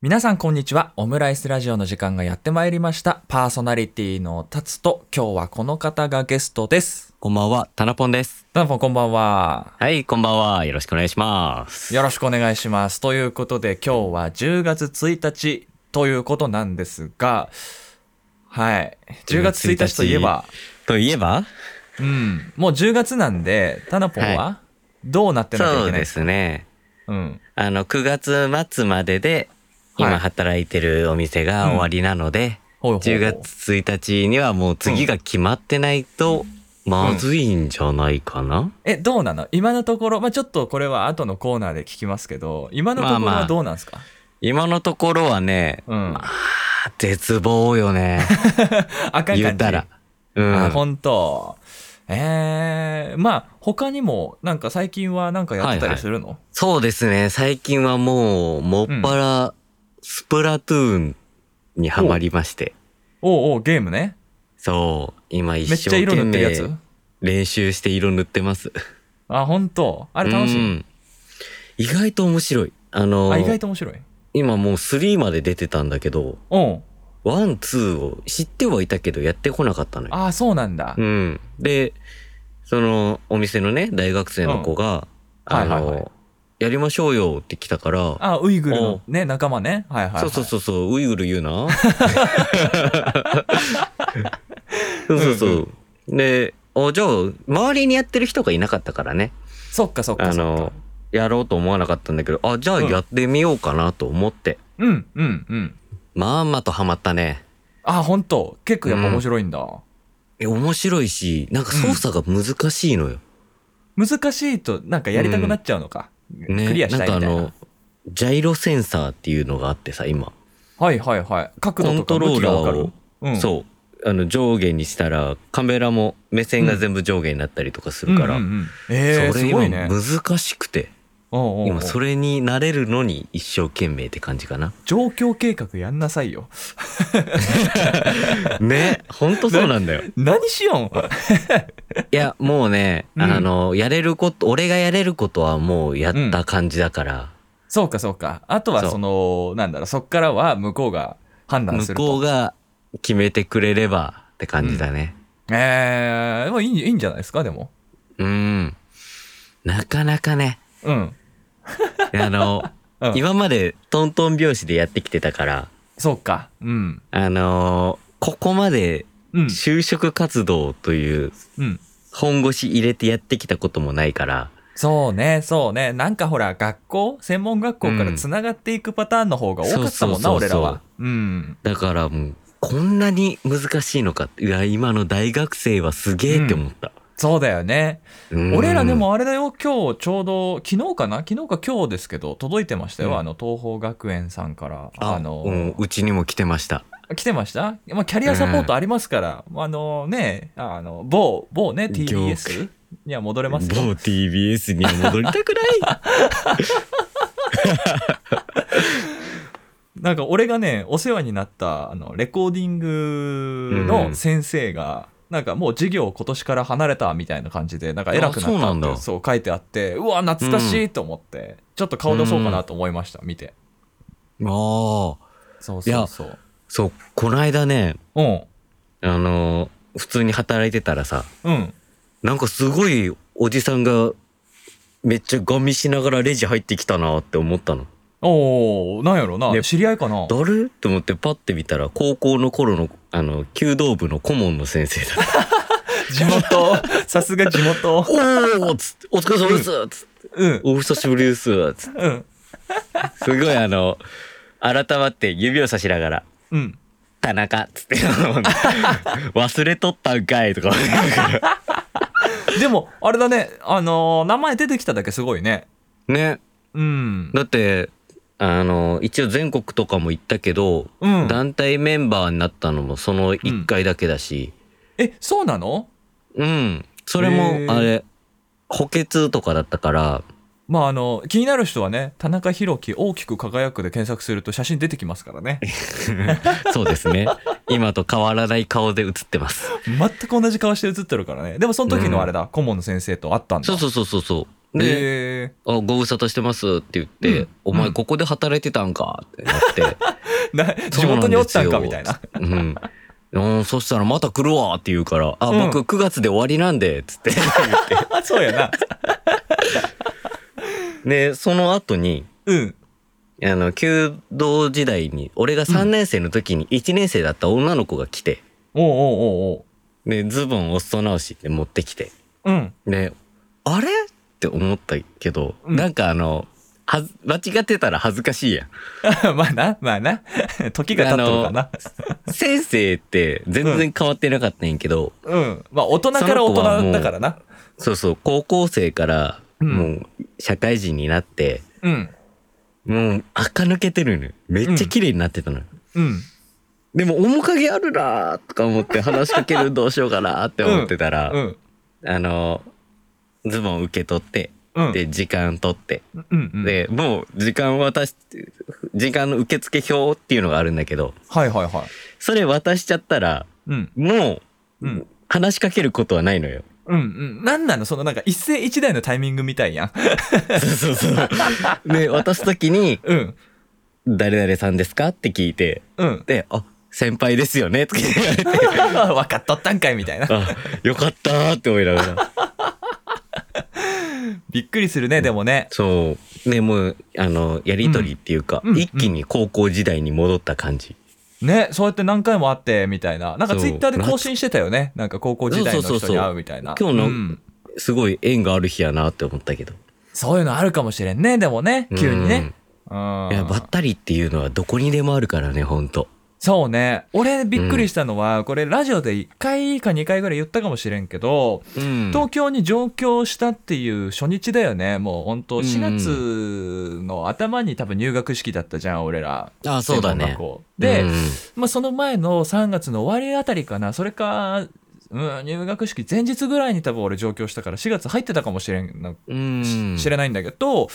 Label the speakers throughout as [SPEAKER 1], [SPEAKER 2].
[SPEAKER 1] 皆さんこんにちは。オムライスラジオの時間がやってまいりました。パーソナリティのタツと、今日はこの方がゲストです。
[SPEAKER 2] こんばんは、タナポンです。
[SPEAKER 1] どうもこんばんは。
[SPEAKER 2] はい、こんばんは。よろしくお願いします。
[SPEAKER 1] よろしくお願いします。ということで、今日は10月1日ということなんですが、はい。10月1日といえば、
[SPEAKER 2] といえば
[SPEAKER 1] うん、もう10月なんで、タナポンはどうなってなきゃいけ
[SPEAKER 2] そ
[SPEAKER 1] な
[SPEAKER 2] う
[SPEAKER 1] い
[SPEAKER 2] で
[SPEAKER 1] ですか
[SPEAKER 2] すね。
[SPEAKER 1] うん。
[SPEAKER 2] あの、9月末までで、
[SPEAKER 1] は
[SPEAKER 2] 今
[SPEAKER 1] い
[SPEAKER 2] 働いてるお店が終わりなので、
[SPEAKER 1] ほいほいほい
[SPEAKER 2] 10月1日にはもう次が決まってないと、まずいんじゃないかな、
[SPEAKER 1] え、どうなの今のところ、まあちょっとこれは後のコーナーで聞きますけど、今のところ
[SPEAKER 2] まあま
[SPEAKER 1] は
[SPEAKER 2] あ
[SPEAKER 1] どうなんですか、
[SPEAKER 2] 今のところはね、
[SPEAKER 1] うん。
[SPEAKER 2] 絶望 よね。
[SPEAKER 1] 赤い感じ
[SPEAKER 2] 言ったら。う
[SPEAKER 1] あ、
[SPEAKER 2] ん。
[SPEAKER 1] 本当。ええまあ、他にも、なんか最近はなんかやってたりするの、
[SPEAKER 2] そうですね。最近はもう、もっぱら、スプラトゥーンにハマりまして。
[SPEAKER 1] おうおう、ゲームね。
[SPEAKER 2] そう。今一
[SPEAKER 1] めっちゃ
[SPEAKER 2] 生
[SPEAKER 1] 色
[SPEAKER 2] 懸
[SPEAKER 1] 塗ってるやつ
[SPEAKER 2] 命。練習して色塗ってます。
[SPEAKER 1] あ、本当。あ
[SPEAKER 2] あ
[SPEAKER 1] れ楽しい。
[SPEAKER 2] 意外と面白い。あの、
[SPEAKER 1] あ、意外と面白い。
[SPEAKER 2] 今もう3まで出てたんだけど、
[SPEAKER 1] うん。
[SPEAKER 2] 1、2を知ってはいたけどやってこなかったのよ。
[SPEAKER 1] あ、そうなんだ。
[SPEAKER 2] うん。で、そのお店のね、大学生の子が、
[SPEAKER 1] うんは
[SPEAKER 2] あ
[SPEAKER 1] いはいはい
[SPEAKER 2] の、やりましょうよって来たから、
[SPEAKER 1] あ、ウイグル
[SPEAKER 2] お
[SPEAKER 1] の
[SPEAKER 2] う
[SPEAKER 1] ね、仲間ね。はいはい、はい。
[SPEAKER 2] そうそうそうそう、ウイグル言う な。そうそうそう。で、おじゃあ、周りにやってる人がいなかったからね。
[SPEAKER 1] そっかそっか
[SPEAKER 2] あ
[SPEAKER 1] そっか
[SPEAKER 2] の。、やろうと思わなかったんだけど、あ、じゃあやってみようかなと思って。
[SPEAKER 1] うん、うん、うん。
[SPEAKER 2] まんまとハマったね。
[SPEAKER 1] あ、本当。結構やっぱ面白いんだ。
[SPEAKER 2] え、面白いし、なんか操作が難しいのよ。
[SPEAKER 1] 難しいと、なんかやりたくなっちゃうのか。
[SPEAKER 2] ね。
[SPEAKER 1] クリアしたいみたいな。
[SPEAKER 2] んかあの、ジャイロセンサーっていうのがあってさ、今。
[SPEAKER 1] はいはいはい。角度とか向きがわか
[SPEAKER 2] コ
[SPEAKER 1] る
[SPEAKER 2] ン。
[SPEAKER 1] うん、
[SPEAKER 2] そう。あの、上下にしたら、カメラも目線が全部上下になったりとかするから。
[SPEAKER 1] うんうんうんえー、
[SPEAKER 2] そ
[SPEAKER 1] す
[SPEAKER 2] れ
[SPEAKER 1] ご
[SPEAKER 2] 今
[SPEAKER 1] いね。
[SPEAKER 2] 難しくて、
[SPEAKER 1] おうおうおう
[SPEAKER 2] 今それに慣れるのに一生懸命って感じかな。
[SPEAKER 1] 状況計画やんなさいよ。
[SPEAKER 2] ね、ほんとそうなんだよ。
[SPEAKER 1] 何しよん
[SPEAKER 2] いや、もうね、
[SPEAKER 1] うん
[SPEAKER 2] あの、やれること、俺がやれることはもうやった感じだから、
[SPEAKER 1] そうかそうか。あとは
[SPEAKER 2] そう
[SPEAKER 1] その、なんだろう、そっからは向こうが判断する。
[SPEAKER 2] 向ことうが決めてくれればって感じだね。
[SPEAKER 1] えー、でもいいいいんじゃないですか、でも。
[SPEAKER 2] うん。なかなかね、
[SPEAKER 1] うん。
[SPEAKER 2] あの、
[SPEAKER 1] うん
[SPEAKER 2] 今までトントン拍子でやってきてたから、
[SPEAKER 1] そうか。うん。
[SPEAKER 2] あのここまで
[SPEAKER 1] うん。
[SPEAKER 2] 就職活動という
[SPEAKER 1] うん。
[SPEAKER 2] 本腰入れてやってきたこともないから、
[SPEAKER 1] そうね、そうね。なんかほら、学校、専門学校からつながっていくパターンの方が多かったもんな、
[SPEAKER 2] うん
[SPEAKER 1] 俺ら
[SPEAKER 2] そう
[SPEAKER 1] は
[SPEAKER 2] そ。
[SPEAKER 1] うん。
[SPEAKER 2] だからもう、こんなに難しいのかって。いや、今の大学生はすげえって思った。
[SPEAKER 1] そうだよね。
[SPEAKER 2] うん
[SPEAKER 1] 俺らで、もあれだよ、今日ちょうど、昨日かな昨日か今日ですけど、届いてましたよ、
[SPEAKER 2] うん
[SPEAKER 1] あの、東邦学園さんから。
[SPEAKER 2] あ
[SPEAKER 1] の、
[SPEAKER 2] うんうちにも来てました。
[SPEAKER 1] 来てましたまあ、キャリアサポートありますから、あのね、あの、某、某ね、
[SPEAKER 2] 業
[SPEAKER 1] TBS
[SPEAKER 2] 界
[SPEAKER 1] には戻れ
[SPEAKER 2] 某
[SPEAKER 1] ますよ。
[SPEAKER 2] TBS には戻りた くない。
[SPEAKER 1] なんか俺がね、お世話になった、あの、レコーディング
[SPEAKER 2] う
[SPEAKER 1] の
[SPEAKER 2] ん
[SPEAKER 1] 先生が、なんかもう授業を今年から離れたみたいな感じで、なんか偉くなったって
[SPEAKER 2] あそうなんだ
[SPEAKER 1] そう書いてあって、うわ、懐かしいと思って、ちょっと顔出そうかなと思いました、見て。
[SPEAKER 2] ああ。
[SPEAKER 1] そうそうそう。
[SPEAKER 2] そう、こないだね、
[SPEAKER 1] うん。
[SPEAKER 2] あのー、普通に働いてたらさ、
[SPEAKER 1] うん。
[SPEAKER 2] なんかすごいおじさんが、めっちゃガミしながらレジ入ってきたなって思ったの。
[SPEAKER 1] おー、なんやろな。
[SPEAKER 2] ね
[SPEAKER 1] 知り合いかな
[SPEAKER 2] 誰って思ってパッて見たら、高校の頃の、あの、弓道部の顧問の先生だった。
[SPEAKER 1] 地 元。さすが地元。
[SPEAKER 2] おおつって、お疲れ様ですつって、
[SPEAKER 1] うん。
[SPEAKER 2] お久しぶりですつって、
[SPEAKER 1] うん。
[SPEAKER 2] すごいあの、改まって指をさしながら、
[SPEAKER 1] うん。
[SPEAKER 2] 田中つって、 忘れとったんかいとか。
[SPEAKER 1] でも、あれだね、あのー名前出てきただけすごいね。
[SPEAKER 2] ね、
[SPEAKER 1] うん。
[SPEAKER 2] だって、あの、一応全国とかも行ったけど、
[SPEAKER 1] うん。
[SPEAKER 2] 団体メンバーになったのもその1回だけだし、
[SPEAKER 1] え、そうなの
[SPEAKER 2] うん、それ
[SPEAKER 1] へ
[SPEAKER 2] も
[SPEAKER 1] ー
[SPEAKER 2] あれ、補欠とかだった から、
[SPEAKER 1] まあ、あの、気になる人はね、田中宏樹大きく輝くで検索すると写真出てきますから ね。
[SPEAKER 2] そうですね。今と変わらない顔で写ってます。
[SPEAKER 1] 全く同じ顔して写ってるからね。でも、その時のあれだ、顧問の先生と会ったんだ。
[SPEAKER 2] そうそうそうそうそう。で、
[SPEAKER 1] え
[SPEAKER 2] あご無沙汰してますって言って、
[SPEAKER 1] うん
[SPEAKER 2] お
[SPEAKER 1] う
[SPEAKER 2] 前
[SPEAKER 1] ん
[SPEAKER 2] ここで働いてたんかってなって、
[SPEAKER 1] ー、な地元におったんかみたいな。
[SPEAKER 2] うん。うん、そしたらまた来るわって言うから、あ、
[SPEAKER 1] うん
[SPEAKER 2] 僕9月で終わりなんで、つって言っ
[SPEAKER 1] あ そうやな。
[SPEAKER 2] て。で、その後に、
[SPEAKER 1] うん。
[SPEAKER 2] あの、弓道時代に、俺が3年生の時に1年生だった女の子が来て、
[SPEAKER 1] おうおうおう
[SPEAKER 2] で、ズボンを裾直しって持ってきて、
[SPEAKER 1] おう。うん。
[SPEAKER 2] で、あれって思ったけど、
[SPEAKER 1] うん
[SPEAKER 2] なんかあの、はず間違ってたら恥ずかしいや ん。
[SPEAKER 1] まあな、まあな。 時が経ったのかな。
[SPEAKER 2] 先生って全然変わってなかったんやけど、
[SPEAKER 1] うん。まあ大人から大人だからな。
[SPEAKER 2] そうそう、高校生から、
[SPEAKER 1] うん
[SPEAKER 2] もう、社会人になって、
[SPEAKER 1] うん。
[SPEAKER 2] もう、垢抜けてるのよ。めっちゃ綺麗になってたのよ。
[SPEAKER 1] うん。
[SPEAKER 2] でも、面影あるなーとか思って、話しかけるどうしようかなーって思ってたら、
[SPEAKER 1] うん。
[SPEAKER 2] あの、ズボン受け取って、
[SPEAKER 1] うん。
[SPEAKER 2] で、時間取って、
[SPEAKER 1] うんうん。
[SPEAKER 2] で、もう、時間渡し、時間の受付表っていうのがあるんだけど、
[SPEAKER 1] はいはいはい。
[SPEAKER 2] それ渡しちゃったら、
[SPEAKER 1] うん。
[SPEAKER 2] もう、
[SPEAKER 1] うん
[SPEAKER 2] 話しかけることはない のよ。
[SPEAKER 1] うんうん。なんなのそのなんか一世一代のタイミングみたいやん。
[SPEAKER 2] そうそうそう。で、渡すときに、
[SPEAKER 1] うん。
[SPEAKER 2] 誰々さんですかって聞いて、
[SPEAKER 1] うん。
[SPEAKER 2] で、あ、先輩ですよねって言われて、
[SPEAKER 1] 分かっとったんかいみたいな。
[SPEAKER 2] あ、よかったーって思いながら。
[SPEAKER 1] びっくりするね、でもね。
[SPEAKER 2] そう。ね、もう、あの、やりとりっていうか、
[SPEAKER 1] うんうん
[SPEAKER 2] 一気に高校時代に戻った感じ。
[SPEAKER 1] ね、そうやって何回も会ってみたいな。なんか
[SPEAKER 2] そう
[SPEAKER 1] ツイッターで更新してたよね。なんか高校時代の
[SPEAKER 2] そうそう
[SPEAKER 1] 人
[SPEAKER 2] そ
[SPEAKER 1] に
[SPEAKER 2] うそう
[SPEAKER 1] 会うみたいな。
[SPEAKER 2] 今日の
[SPEAKER 1] うん
[SPEAKER 2] すごい縁がある日やなって思ったけど。
[SPEAKER 1] そういうのあるかもしれんね、でもね。急にね。うん
[SPEAKER 2] うん。いや、ばったりっていうのはどこにでもあるからね、ほんと。
[SPEAKER 1] そうね。俺びっくりしたのは、これラジオで1回か2回ぐらい言ったかもしれんけど、
[SPEAKER 2] うん
[SPEAKER 1] 東京に上京したっていう初日だよね。もう本当
[SPEAKER 2] うん
[SPEAKER 1] 4月の頭に多分入学式だったじゃん、俺ら。
[SPEAKER 2] あ、そうだ
[SPEAKER 1] 専
[SPEAKER 2] ね。
[SPEAKER 1] 門学校で、
[SPEAKER 2] うん
[SPEAKER 1] まあ、その前の3月の終わりあたりかな、それか、うん、入学式前日ぐらいに多分俺上京したから4月入ってたかもしれんな、
[SPEAKER 2] うん。
[SPEAKER 1] 知らないんだけど、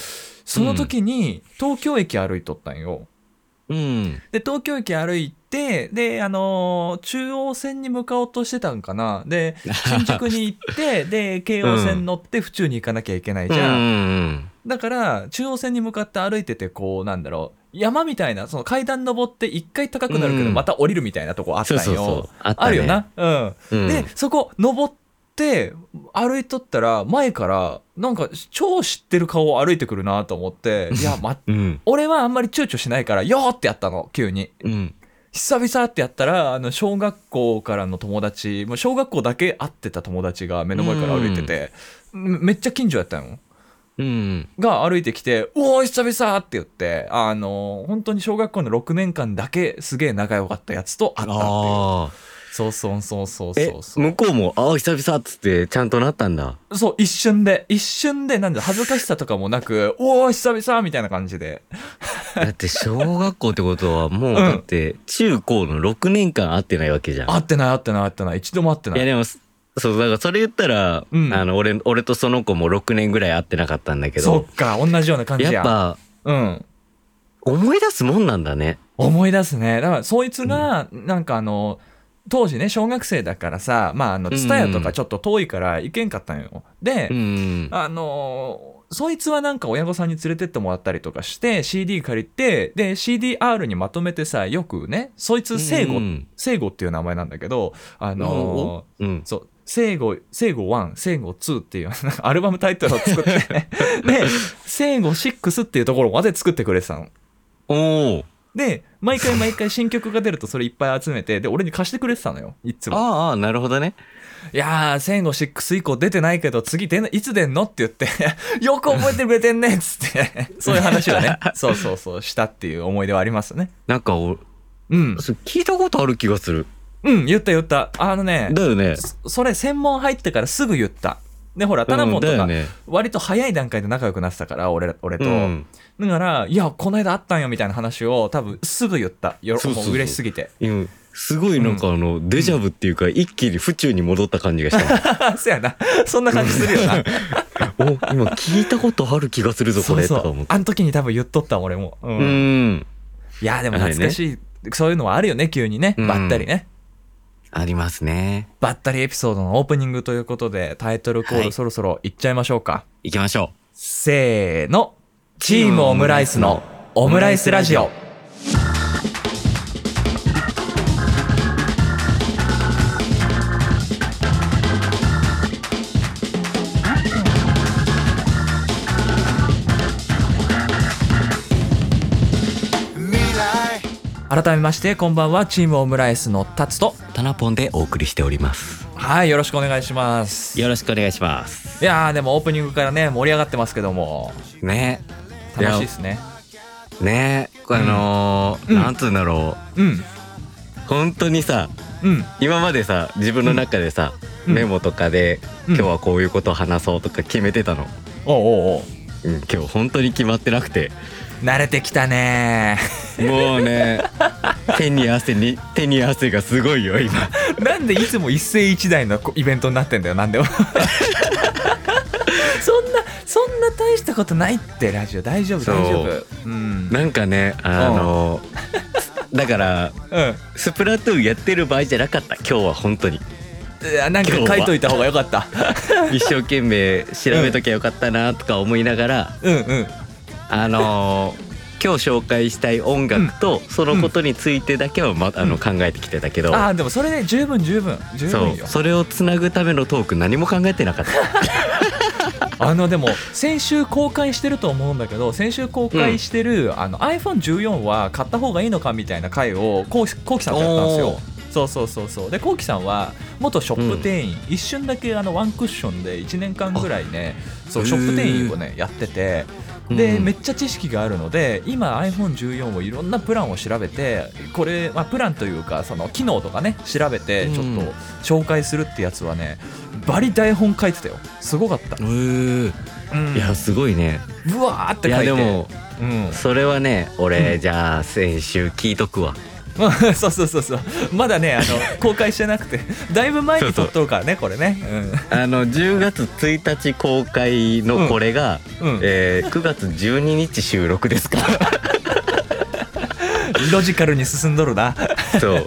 [SPEAKER 1] その時に東京駅歩いとったんよ。
[SPEAKER 2] うん。
[SPEAKER 1] で東京駅歩いてであのー中央線に向かおうとしてたんかな で新宿に行ってで京王線乗って府中に行かなきゃいけないじゃん、
[SPEAKER 2] うん
[SPEAKER 1] だから中央線に向かって歩いててこうなんだろう山みたいなその階段登って一回高くなるけど
[SPEAKER 2] うん
[SPEAKER 1] また降りるみたいなとこあったん
[SPEAKER 2] そう
[SPEAKER 1] よ、
[SPEAKER 2] そうそう。あったね
[SPEAKER 1] あるよ。なうん
[SPEAKER 2] うん
[SPEAKER 1] で、そこ登って歩いとったら前からなんか超知ってる顔を歩いてくるなと思ってい や、ま、
[SPEAKER 2] うん。
[SPEAKER 1] 俺はあんまり躊躇しないから「よー!」ってやったの急に
[SPEAKER 2] うん。
[SPEAKER 1] 久々ってやったらあの小学校からの友達もう小学校だけ会ってた友達が目の前から歩いてて、めっちゃ近所やったの
[SPEAKER 2] うん。
[SPEAKER 1] が歩いてきて「おお久々!」って言ってあの本当に小学校の6年間だけすげえ仲良かったやつと会ったっていう
[SPEAKER 2] ああ。
[SPEAKER 1] そうそうそうそう
[SPEAKER 2] え
[SPEAKER 1] そうそう
[SPEAKER 2] 向こうも「ああ久々」っつってちゃんとなったんだ
[SPEAKER 1] そう一瞬で一瞬でなんだ恥ずかしさとかもなく「おお久々!」みたいな感じで
[SPEAKER 2] だって小学校ってことはもう
[SPEAKER 1] ん
[SPEAKER 2] だって中高の6年間会ってないわけじゃん、
[SPEAKER 1] 会ってない会ってない会ってない一度も会ってない
[SPEAKER 2] や
[SPEAKER 1] い
[SPEAKER 2] でもそうだからそれ言ったら、
[SPEAKER 1] うん
[SPEAKER 2] あの俺俺とその子も6年ぐらい会ってなかったんだけ
[SPEAKER 1] そ
[SPEAKER 2] ど
[SPEAKER 1] っか同じような感じや
[SPEAKER 2] やっぱ
[SPEAKER 1] うん
[SPEAKER 2] 思い出すもんなんだね
[SPEAKER 1] 思い出すねだからそいつがなんかあの当時ね小学生だからさまああの
[SPEAKER 2] うんうん
[SPEAKER 1] TSUTAYA とかちょっと遠いから行けんかったんよで、
[SPEAKER 2] うん
[SPEAKER 1] あのそいつはなんか親御さんに連れてってもらったりとかして CD 借りてで CDR にまとめてさよくねそいつ聖
[SPEAKER 2] う
[SPEAKER 1] 護
[SPEAKER 2] ん
[SPEAKER 1] 聖護っていう名前なんだけどあの
[SPEAKER 2] うん
[SPEAKER 1] そう、聖護、聖護1、聖護2っていうアルバムタイトルを作って、 ね、で、聖護6っていうところまで作ってくれてたの。
[SPEAKER 2] おお
[SPEAKER 1] で、毎回毎回新曲が出るとそれいっぱい集めて、で、俺に貸してくれてたのよ、いつも。
[SPEAKER 2] ああなるほどね
[SPEAKER 1] いやー、1005、6以降出てないけど、次出ない、いつ出んのって言って、 よく覚えてくれてんねっつって、そういう話を ね、そうそうそう、したっていう思い出はありますね。
[SPEAKER 2] なんかお
[SPEAKER 1] うん。
[SPEAKER 2] それ聞いたことある気がする
[SPEAKER 1] うん、言った言った。あのね、
[SPEAKER 2] だよね
[SPEAKER 1] そそれ専門入ってからすぐ言った。で、ほら、タナポンと
[SPEAKER 2] うんだよ
[SPEAKER 1] か、
[SPEAKER 2] ね
[SPEAKER 1] 割と早い段階で仲良くなってたから、俺、俺と。
[SPEAKER 2] うん
[SPEAKER 1] だから、いや、この間あったんよ、みたいな話を、多分、すぐ言った。よろ
[SPEAKER 2] そうそうそう
[SPEAKER 1] もう嬉しすぎて。
[SPEAKER 2] うんすごいなんかあの、デジャブっていうか一気に府中に戻った感じがした もん
[SPEAKER 1] あそやな。そんな感じするよな。
[SPEAKER 2] お今聞いたことある気がするぞこ
[SPEAKER 1] そう
[SPEAKER 2] れ
[SPEAKER 1] そ
[SPEAKER 2] とか思
[SPEAKER 1] う
[SPEAKER 2] っ。て
[SPEAKER 1] あの時に多分言っとった、俺も。うん。
[SPEAKER 2] う
[SPEAKER 1] い
[SPEAKER 2] ん
[SPEAKER 1] や、でも懐かしい、そういうのはあるよね、急にね。
[SPEAKER 2] うん
[SPEAKER 1] ばったりね。
[SPEAKER 2] ありますね
[SPEAKER 1] ばったりエピソードのオープニングということで、タイトルコー
[SPEAKER 2] は
[SPEAKER 1] ル
[SPEAKER 2] い
[SPEAKER 1] そろそろいっちゃいましょうか。
[SPEAKER 2] 行きましょう
[SPEAKER 1] せーの。チームオムライスのオムライスラジオ。改めまして、こんばんは。チームオムライスのタツと。
[SPEAKER 2] タナポンでお送りしております。
[SPEAKER 1] はい、よろしくお願いします。い
[SPEAKER 2] よろしくお願いします。
[SPEAKER 1] やー、でもオープニングからね、盛り上がってますけども、
[SPEAKER 2] ね。
[SPEAKER 1] 楽しいですね。
[SPEAKER 2] ね。これあのー
[SPEAKER 1] うん
[SPEAKER 2] なんつうんだろ
[SPEAKER 1] うん、
[SPEAKER 2] う。本当にさ、
[SPEAKER 1] うん、
[SPEAKER 2] 今までさ、自分の中でさ、
[SPEAKER 1] うん
[SPEAKER 2] メモとかで、
[SPEAKER 1] うん
[SPEAKER 2] 今日はこういうことを話そうとか決めてたの。
[SPEAKER 1] おうおうおう
[SPEAKER 2] うん、今日本当に決まってなくて。
[SPEAKER 1] 慣れてきたね
[SPEAKER 2] もうね手に汗に手に汗がすごいよ今
[SPEAKER 1] ーなんでいつも一世一代のイベントになってんだよなん でもそんなそんな大したことないってラジオ大丈夫
[SPEAKER 2] そう
[SPEAKER 1] 大丈夫うん
[SPEAKER 2] なんかねあのだから
[SPEAKER 1] うん
[SPEAKER 2] スプラトゥーンやってる場合じゃなかった今日は本当に
[SPEAKER 1] いやなんか書いといた方がよかった
[SPEAKER 2] 一生懸命調べときゃよかったなとか思いながら、
[SPEAKER 1] うんうん
[SPEAKER 2] あの今日紹介したい音楽とそのことについてだけは、まあの考えてきてたけど、
[SPEAKER 1] ああでもそれで十分十分十
[SPEAKER 2] そ
[SPEAKER 1] 分
[SPEAKER 2] う
[SPEAKER 1] よ
[SPEAKER 2] それをつなぐためのトーク何も考えてなかっ た
[SPEAKER 1] あのでも先週公開してると思うんだけど先週公開してる、あの iPhone14 は買った方がいいのかみたいな回をこうこうきさんとやったんです
[SPEAKER 2] お
[SPEAKER 1] よ。そうそうそうそうでこうきさんは元ショップ店員、一瞬だけあのワンクッションで1年間ぐらいねそう
[SPEAKER 2] へー
[SPEAKER 1] ショップ店員をねやっててで、
[SPEAKER 2] うん
[SPEAKER 1] めっちゃ知識があるので今 iPhone14 をいろんなプランを調べてこれ、まあ、プランというかその機能とかね調べてちょっと紹介するってやつはねバリ台本書いてたよすごかった。うん
[SPEAKER 2] いやすごいね
[SPEAKER 1] うわーって
[SPEAKER 2] い
[SPEAKER 1] 書い
[SPEAKER 2] や
[SPEAKER 1] て
[SPEAKER 2] でも
[SPEAKER 1] うん、
[SPEAKER 2] それはね俺じゃあ先週聞いとくわ
[SPEAKER 1] そうそうそうそうまだねあの 公開してなくてだいぶ前に撮っとるからねこれね
[SPEAKER 2] あの10月1日公開のこれが、
[SPEAKER 1] うん、うん
[SPEAKER 2] えー9月12日収録ですから
[SPEAKER 1] ロジカルに進んどるな
[SPEAKER 2] そ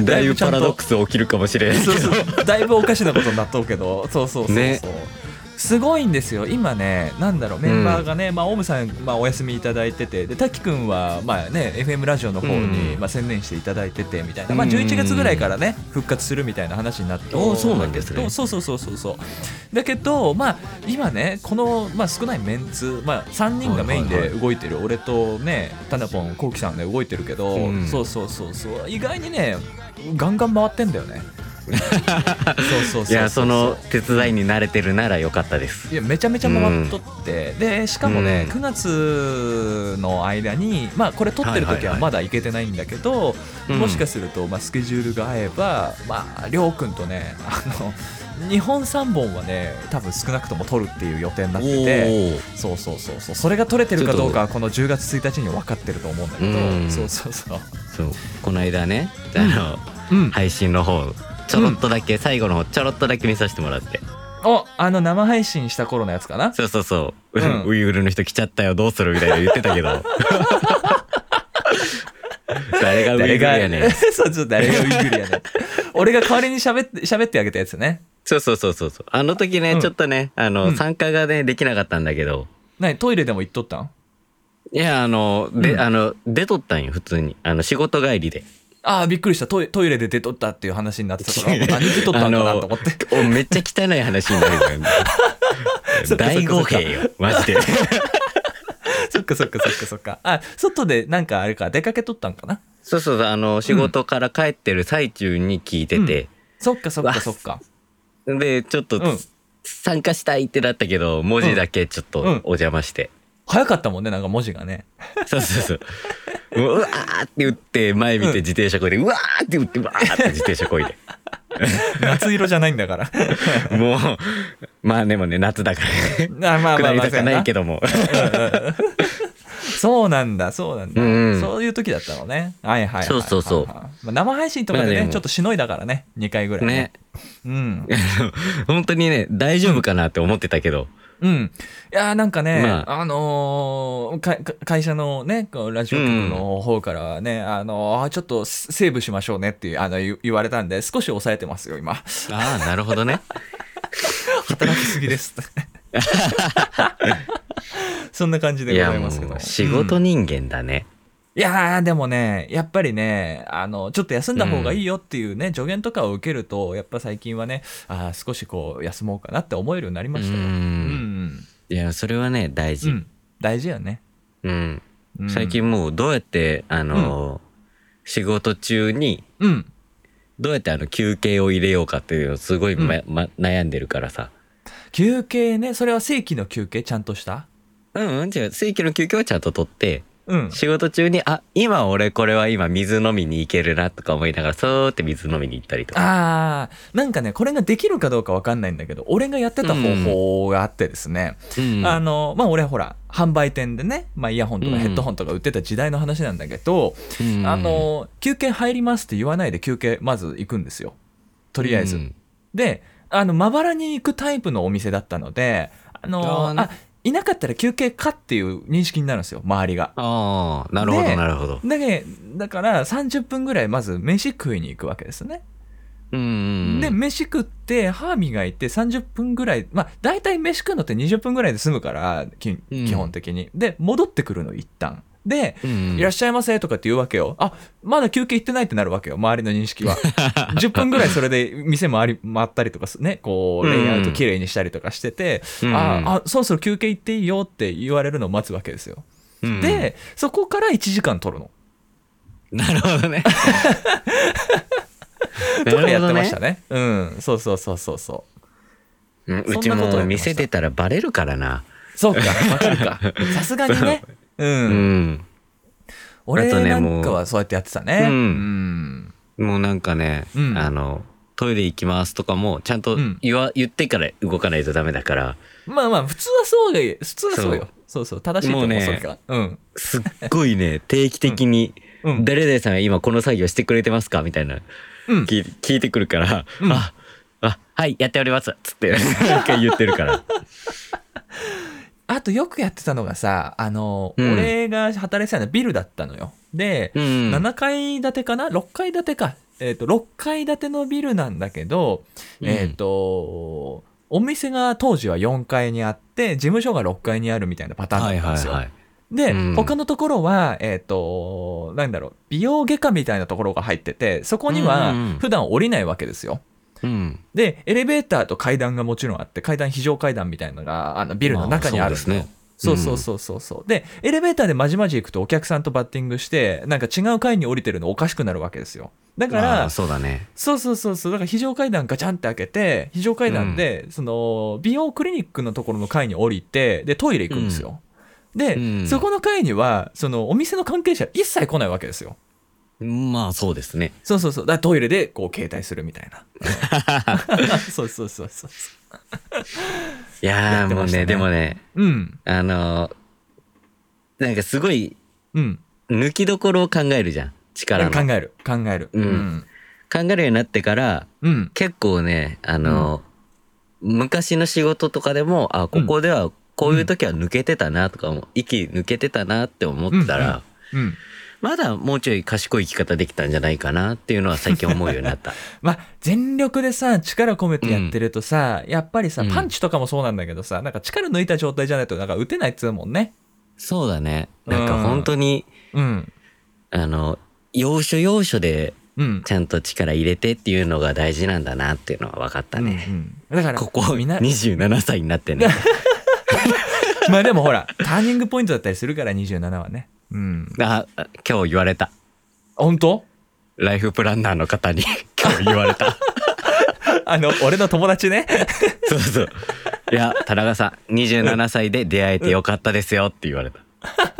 [SPEAKER 2] うだいぶパラドックス起きるかもしれないけど
[SPEAKER 1] そうそう だいぶおかしなことになっとうけどそうそうそうそう、
[SPEAKER 2] ね
[SPEAKER 1] すごいんですよ今ねなんだろうメンバーがね、まあ、オウムさん、まあ、お休みいただいててで滝くんは、まあね、FM ラジオの方に、
[SPEAKER 2] うん
[SPEAKER 1] まあ、専念していただいててみたいな、まあ、
[SPEAKER 2] うん
[SPEAKER 1] 11月ぐらいからね復活するみたいな話になって
[SPEAKER 2] おーそうなんですね
[SPEAKER 1] そうそうそうそうそうだけど、まあ、今ねこの、まあ、少ないメンツ、まあ、3人がメイン
[SPEAKER 2] はい
[SPEAKER 1] で
[SPEAKER 2] はい
[SPEAKER 1] 動いてる、俺とねタナポンこうきさんで動いてるけど、
[SPEAKER 2] うん
[SPEAKER 1] そうそうそうそう意外にねガンガン回ってんだよねそうそうそう
[SPEAKER 2] いやその手伝いに慣れてるならよかったです
[SPEAKER 1] いやめちゃめちゃ回っとって、でしかもね、
[SPEAKER 2] う
[SPEAKER 1] 9
[SPEAKER 2] ん
[SPEAKER 1] 月の間に、まあ、これ撮ってる
[SPEAKER 2] はい
[SPEAKER 1] 時
[SPEAKER 2] はい
[SPEAKER 1] は
[SPEAKER 2] はい
[SPEAKER 1] まだ行けてないんだけど、
[SPEAKER 2] うん
[SPEAKER 1] もしかすると、まあ、スケジュールが合えば、まあ、りょうくんとねあの2本3本はね多分少なくとも撮るっていう予定になってて。
[SPEAKER 2] ー
[SPEAKER 1] そうそうそうそうそれが取れてるかどうかはこの10月1日には分かってると思うんだけど、
[SPEAKER 2] うん
[SPEAKER 1] そうそうそう
[SPEAKER 2] そうこの間ね
[SPEAKER 1] ん
[SPEAKER 2] あの、
[SPEAKER 1] うん
[SPEAKER 2] 配信の方ちょろっとだけ、最後の方ちょろっとだけ見させてもらって
[SPEAKER 1] おあの生配信した頃のやつかな
[SPEAKER 2] そうそうそう、
[SPEAKER 1] うん
[SPEAKER 2] ウイグルの人来ちゃったよどうするみたいな言ってた けど誰がウイグルやね ん
[SPEAKER 1] そうちょっと誰がウイグルやねん俺が代わりに喋って喋ってあげたやつね
[SPEAKER 2] そうそうそうそうそう。あの時ね、
[SPEAKER 1] うん
[SPEAKER 2] ちょっとね、あの、
[SPEAKER 1] うん
[SPEAKER 2] 参加がね、できなかったんだけど。
[SPEAKER 1] 何トイレでも行っとったん
[SPEAKER 2] いや、あの、で、
[SPEAKER 1] うん
[SPEAKER 2] あの、出とったんよ、普通に。あの、仕事帰りで。
[SPEAKER 1] ああびっくりしたトイトイレで出とったっていう話になってた から何出とった
[SPEAKER 2] あ
[SPEAKER 1] んかな
[SPEAKER 2] の
[SPEAKER 1] と思って。
[SPEAKER 2] おめっちゃ汚い話になるじゃん
[SPEAKER 1] そっかそっかそっか
[SPEAKER 2] 大語弊よ、マジで。
[SPEAKER 1] そっかそっかそっかそっかあ外でなんかあれか出かけとったんかな
[SPEAKER 2] そうそうそう、あの、仕事から帰ってる最中に聞いてて。
[SPEAKER 1] そっかそっかそっか
[SPEAKER 2] で、ちょっと、
[SPEAKER 1] うん
[SPEAKER 2] 参加したいってなったけど、文字だけちょっと
[SPEAKER 1] うん
[SPEAKER 2] お邪魔して。
[SPEAKER 1] 早かったもんねなんか文字がね
[SPEAKER 2] そうそ うそう。うわーって打って、前見て自転車こいで、うわーって打って、わーって自転車こいで。
[SPEAKER 1] 夏色じゃないんだから
[SPEAKER 2] もう、まあでもね、夏だか
[SPEAKER 1] あまあまあま
[SPEAKER 2] ら、下
[SPEAKER 1] あ
[SPEAKER 2] り坂ないけ
[SPEAKER 1] ど
[SPEAKER 2] ども。
[SPEAKER 1] そうなんだそうなんだ、
[SPEAKER 2] うんうん
[SPEAKER 1] そういう時だったのねはいはいはいはいはい
[SPEAKER 2] そうそうそう
[SPEAKER 1] まあ、生配信とかで
[SPEAKER 2] まあ
[SPEAKER 1] ね
[SPEAKER 2] でも
[SPEAKER 1] ちょっとしのいだからね2回ぐらい
[SPEAKER 2] ね。
[SPEAKER 1] うん
[SPEAKER 2] 本当にね、大丈夫かなって思ってたけど。
[SPEAKER 1] うん、いやーなんかね、
[SPEAKER 2] ま
[SPEAKER 1] あ、のーかか会社のねこうラジオ局の方からはね、あのーちょっとセセーブしましょうねっていうあの言言われたんで少し抑えてますよ今
[SPEAKER 2] ああ、なるほどね。
[SPEAKER 1] 働きすぎですそんな感じ で
[SPEAKER 2] い
[SPEAKER 1] ご
[SPEAKER 2] や
[SPEAKER 1] ざいますけ
[SPEAKER 2] も
[SPEAKER 1] ど
[SPEAKER 2] う仕事
[SPEAKER 1] うん
[SPEAKER 2] 人間だね。
[SPEAKER 1] いやーでもねやっぱりねあのちょっと休んだ方がいいよっていうね、助言とかを受けるとやっぱ最近はねあー少しこう休もうかなって思えるようになり
[SPEAKER 2] う。
[SPEAKER 1] ましたよ、うん
[SPEAKER 2] いやそれはね大
[SPEAKER 1] う
[SPEAKER 2] 事。
[SPEAKER 1] ん、大事よね、
[SPEAKER 2] うん。
[SPEAKER 1] うん
[SPEAKER 2] 最近もうどうやってあの仕事中に
[SPEAKER 1] うん
[SPEAKER 2] どうやってあの休憩を入れようかっていうのをすごいま
[SPEAKER 1] うん
[SPEAKER 2] ま悩んでるからさ。
[SPEAKER 1] 休憩ねそれは正規の休憩ちゃんとした
[SPEAKER 2] うんうん違う正規の休憩をちゃんと取って
[SPEAKER 1] うん
[SPEAKER 2] 仕事中にあ今俺これは今水飲みに行けるなとか思いながらそーって水飲みに行ったりとか。
[SPEAKER 1] あーなんかねこれができるかどうかわかんないんだけど俺がやってた方法があってですね、
[SPEAKER 2] うん
[SPEAKER 1] あのまあ俺はほら販売店でね、まあ、イヤホンとかヘッドホンとか売ってた時代の話なんだけど、
[SPEAKER 2] うん
[SPEAKER 1] あの休憩入りますって言わないで休憩まず行くんですよとりあえず、
[SPEAKER 2] うん
[SPEAKER 1] であのまばらに行くタイプのお店だったのであの
[SPEAKER 2] あー
[SPEAKER 1] あいなかったら休憩かっていう認識になるんですよ周りが
[SPEAKER 2] ああなるほ
[SPEAKER 1] で
[SPEAKER 2] どなるほど。
[SPEAKER 1] だけだから30分ぐらいまず飯食いに行くわけですね
[SPEAKER 2] うんうんうん
[SPEAKER 1] で飯食って歯磨いて30分ぐらいまあ大体飯食うのって20分ぐらいで済むからき
[SPEAKER 2] うん
[SPEAKER 1] 基本的に、で戻ってくるの一旦で
[SPEAKER 2] うん
[SPEAKER 1] 「いらっしゃいませ」とかって言うわけよあまだ休憩行ってないってなるわけよ周りの認 識は10分ぐらいそれで店回り回ったりとかすねこうレイアウト綺麗にしたりとかしてて、
[SPEAKER 2] うん
[SPEAKER 1] ああそろそろ休憩行っていいよって言われるのを待つわけですよ、
[SPEAKER 2] うん
[SPEAKER 1] でそこから1時間取るの
[SPEAKER 2] なるほどね。
[SPEAKER 1] とかやってました
[SPEAKER 2] なるほどね
[SPEAKER 1] ねうんそうそうそうそうそう
[SPEAKER 2] うん
[SPEAKER 1] そんな
[SPEAKER 2] うち
[SPEAKER 1] ことやってました
[SPEAKER 2] も店出たらバレるからな。
[SPEAKER 1] そうか、わかるか。さすがにね。うん。
[SPEAKER 2] うん。
[SPEAKER 1] 俺
[SPEAKER 2] あとね
[SPEAKER 1] なんかはそうやってやってたね。
[SPEAKER 2] うん
[SPEAKER 1] うん。
[SPEAKER 2] もうなんかね、
[SPEAKER 1] うん
[SPEAKER 2] あの、トイレ行きますとかも、ちゃんと
[SPEAKER 1] うん
[SPEAKER 2] 言わ、言ってから動かないとダメだから、
[SPEAKER 1] まあまあ、普通はそうがいい。普通はそうよ。そうそう、正しいと思う、
[SPEAKER 2] もうね
[SPEAKER 1] それが。うん。
[SPEAKER 2] すっごいね、定期的に、
[SPEAKER 1] うん。
[SPEAKER 2] 誰々さんは今この作業してくれてますかみたいな、
[SPEAKER 1] うん
[SPEAKER 2] 聞い聞いてくるから、
[SPEAKER 1] うん
[SPEAKER 2] あ、あ、はい、やっておりますつって、一回言って るから。
[SPEAKER 1] あとよくやってたのがさ、あの、
[SPEAKER 2] うん
[SPEAKER 1] 俺が働いてたのはビルだったのよ。で、
[SPEAKER 2] うん。
[SPEAKER 1] 7階建てかな ?6 階建てか。えっ、と、6階建てのビルなんだけど、
[SPEAKER 2] うん
[SPEAKER 1] えっ、と、お店が当時は4階にあって、事務所が6階にあるみたいなパターンだったんですよ。
[SPEAKER 2] い。
[SPEAKER 1] で、
[SPEAKER 2] うん
[SPEAKER 1] 他のところは、えっ、と、なんだろう、美容外科みたいなところが入ってて、そこには
[SPEAKER 2] うんうんうん
[SPEAKER 1] 普段降りないわけですよ。
[SPEAKER 2] うん。
[SPEAKER 1] で、エレベーターと階段がもちろんあって、階段、非常階段みたいなのが、あのビルの中にあるんです
[SPEAKER 2] まあ
[SPEAKER 1] ね。そうそうそうそうそう。で、エレベーターでまじまじ行くとお客さんとバッティングして、なんか違う階に降りてるのおかしくなるわけですよ。だか
[SPEAKER 2] ま
[SPEAKER 1] ら
[SPEAKER 2] あ、そうだね。
[SPEAKER 1] そうそうそうそう、だから非常階段ガチャンって開けて、非常階段で、その、美容クリニックのところの階に降りて、で、トイレ行くんですよ。で、
[SPEAKER 2] うん
[SPEAKER 1] そこの階には、その、お店の関係者一切来ないわけですよ。
[SPEAKER 2] まあそうですね。
[SPEAKER 1] そうそうそう、だからトイレで、こう、携帯するみたい な。そうそうそうそう。
[SPEAKER 2] いや
[SPEAKER 1] やっ
[SPEAKER 2] ー
[SPEAKER 1] て
[SPEAKER 2] もう
[SPEAKER 1] ましたね
[SPEAKER 2] ね、でもね、
[SPEAKER 1] うん、
[SPEAKER 2] あのーなんかすごい
[SPEAKER 1] うん。
[SPEAKER 2] 抜きどころを考えるじゃん。力の。
[SPEAKER 1] 考
[SPEAKER 2] 考
[SPEAKER 1] える、考える。
[SPEAKER 2] うん
[SPEAKER 1] うん。
[SPEAKER 2] えるようになってから、
[SPEAKER 1] うん。
[SPEAKER 2] 結構ね、あのー昔の仕事とかでも、あ、ここではこういう時は抜けてたなとかも、息抜けてたなって思ってたら、
[SPEAKER 1] うん。
[SPEAKER 2] まだもうちょい賢い生き方できたんじゃないかなっていうのは最近思うようにな った。
[SPEAKER 1] まあ、全力でさ、力込めてやってるとさ、やっぱりさ
[SPEAKER 2] う、ん
[SPEAKER 1] パンチとかもそうなんだけどさ、なんか力抜いた状態じゃないと、なんか打てないっつうもんね。
[SPEAKER 2] そうだね。なんか本当に、
[SPEAKER 1] うん。
[SPEAKER 2] あの、要所要所で
[SPEAKER 1] うん。
[SPEAKER 2] ちゃんと力入れてっていうのが大事なんだなっていうのは分かったね。
[SPEAKER 1] うんうん、だから
[SPEAKER 2] ここ
[SPEAKER 1] みんな
[SPEAKER 2] 27歳になっ てね。
[SPEAKER 1] まあでもほらターニングポイントだったりするから27はねうん
[SPEAKER 2] ああ今日言われた。
[SPEAKER 1] 本当
[SPEAKER 2] ライフプランナーの方に 今日言われた。
[SPEAKER 1] あの俺の友達ね
[SPEAKER 2] そうそう。いや、田中さん、27歳で出会えてよかったですよって言われた。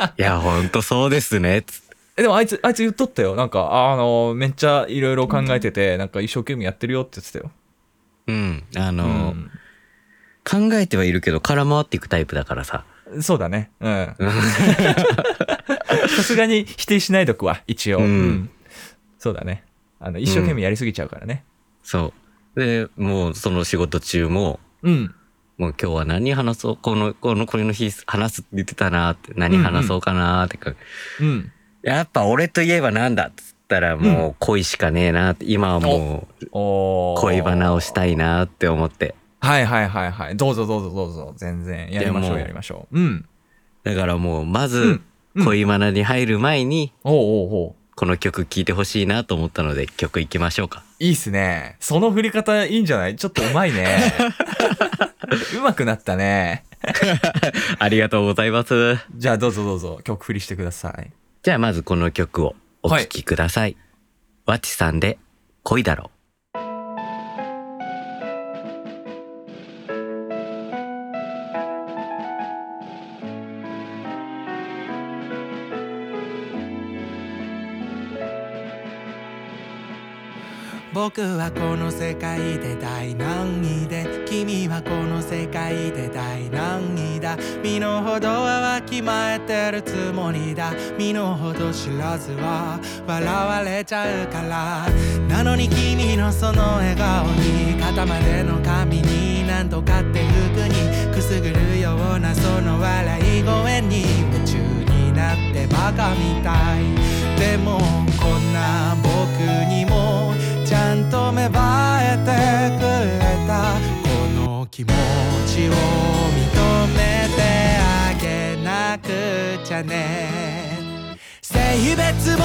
[SPEAKER 2] いや、ほんとそうですね。つって
[SPEAKER 1] でもあいつあいつ言っとったよなんかあのめっちゃいろいろ考えててなんか一生懸命やってるよって言ってたよ、
[SPEAKER 2] うん。あ
[SPEAKER 1] う
[SPEAKER 2] の、
[SPEAKER 1] ん
[SPEAKER 2] 考えてはいるけど空回っていくタイプだからさ。
[SPEAKER 1] そうだねうんさすがに否定しないとくわ一応、
[SPEAKER 2] うん
[SPEAKER 1] そうだねあの一生懸命やりすぎちゃうからね
[SPEAKER 2] そう。で、もうその仕事中も、
[SPEAKER 1] うん
[SPEAKER 2] もう今日は何話そうこの、この、この日話すって言ってたなって、何話そうかなってか、
[SPEAKER 1] うん
[SPEAKER 2] やっぱ俺といえばなんだっつったらもう恋しかねえなって、今はもう
[SPEAKER 1] おー
[SPEAKER 2] 恋バナをしたいなって思って。
[SPEAKER 1] はいはいはいはい。どうぞどうぞどうぞ。全然。やりまし
[SPEAKER 2] で
[SPEAKER 1] ょう
[SPEAKER 2] も
[SPEAKER 1] やりましょう。うん。
[SPEAKER 2] だからもう、ま
[SPEAKER 1] う
[SPEAKER 2] ず
[SPEAKER 1] ん、うん
[SPEAKER 2] 恋マナに入る前に、
[SPEAKER 1] おうおうおう。
[SPEAKER 2] この曲聴いてほしいなと思ったので、曲行きましょうか。
[SPEAKER 1] いいっすね。その振り方いいんじゃないちょっとうま いね。うまくなったね。
[SPEAKER 2] ありがとうございます。
[SPEAKER 1] じゃあどうぞどうぞ。曲振りしてください。
[SPEAKER 2] じゃあまずこの曲をお聴きください。わちさんで恋だろ
[SPEAKER 3] 僕はこの世界で大難儀で君はこの世界で大難儀だ身の程はわきまえてるつもりだ身の程知らずは笑われちゃうからなのに君のその笑顔に肩までの髪に何度かって服にくすぐるようなその笑い声に夢中になってバカみたいでもこんな僕にもちゃんと芽生えてくれたこの気持ちを認めてあげなくちゃね性別も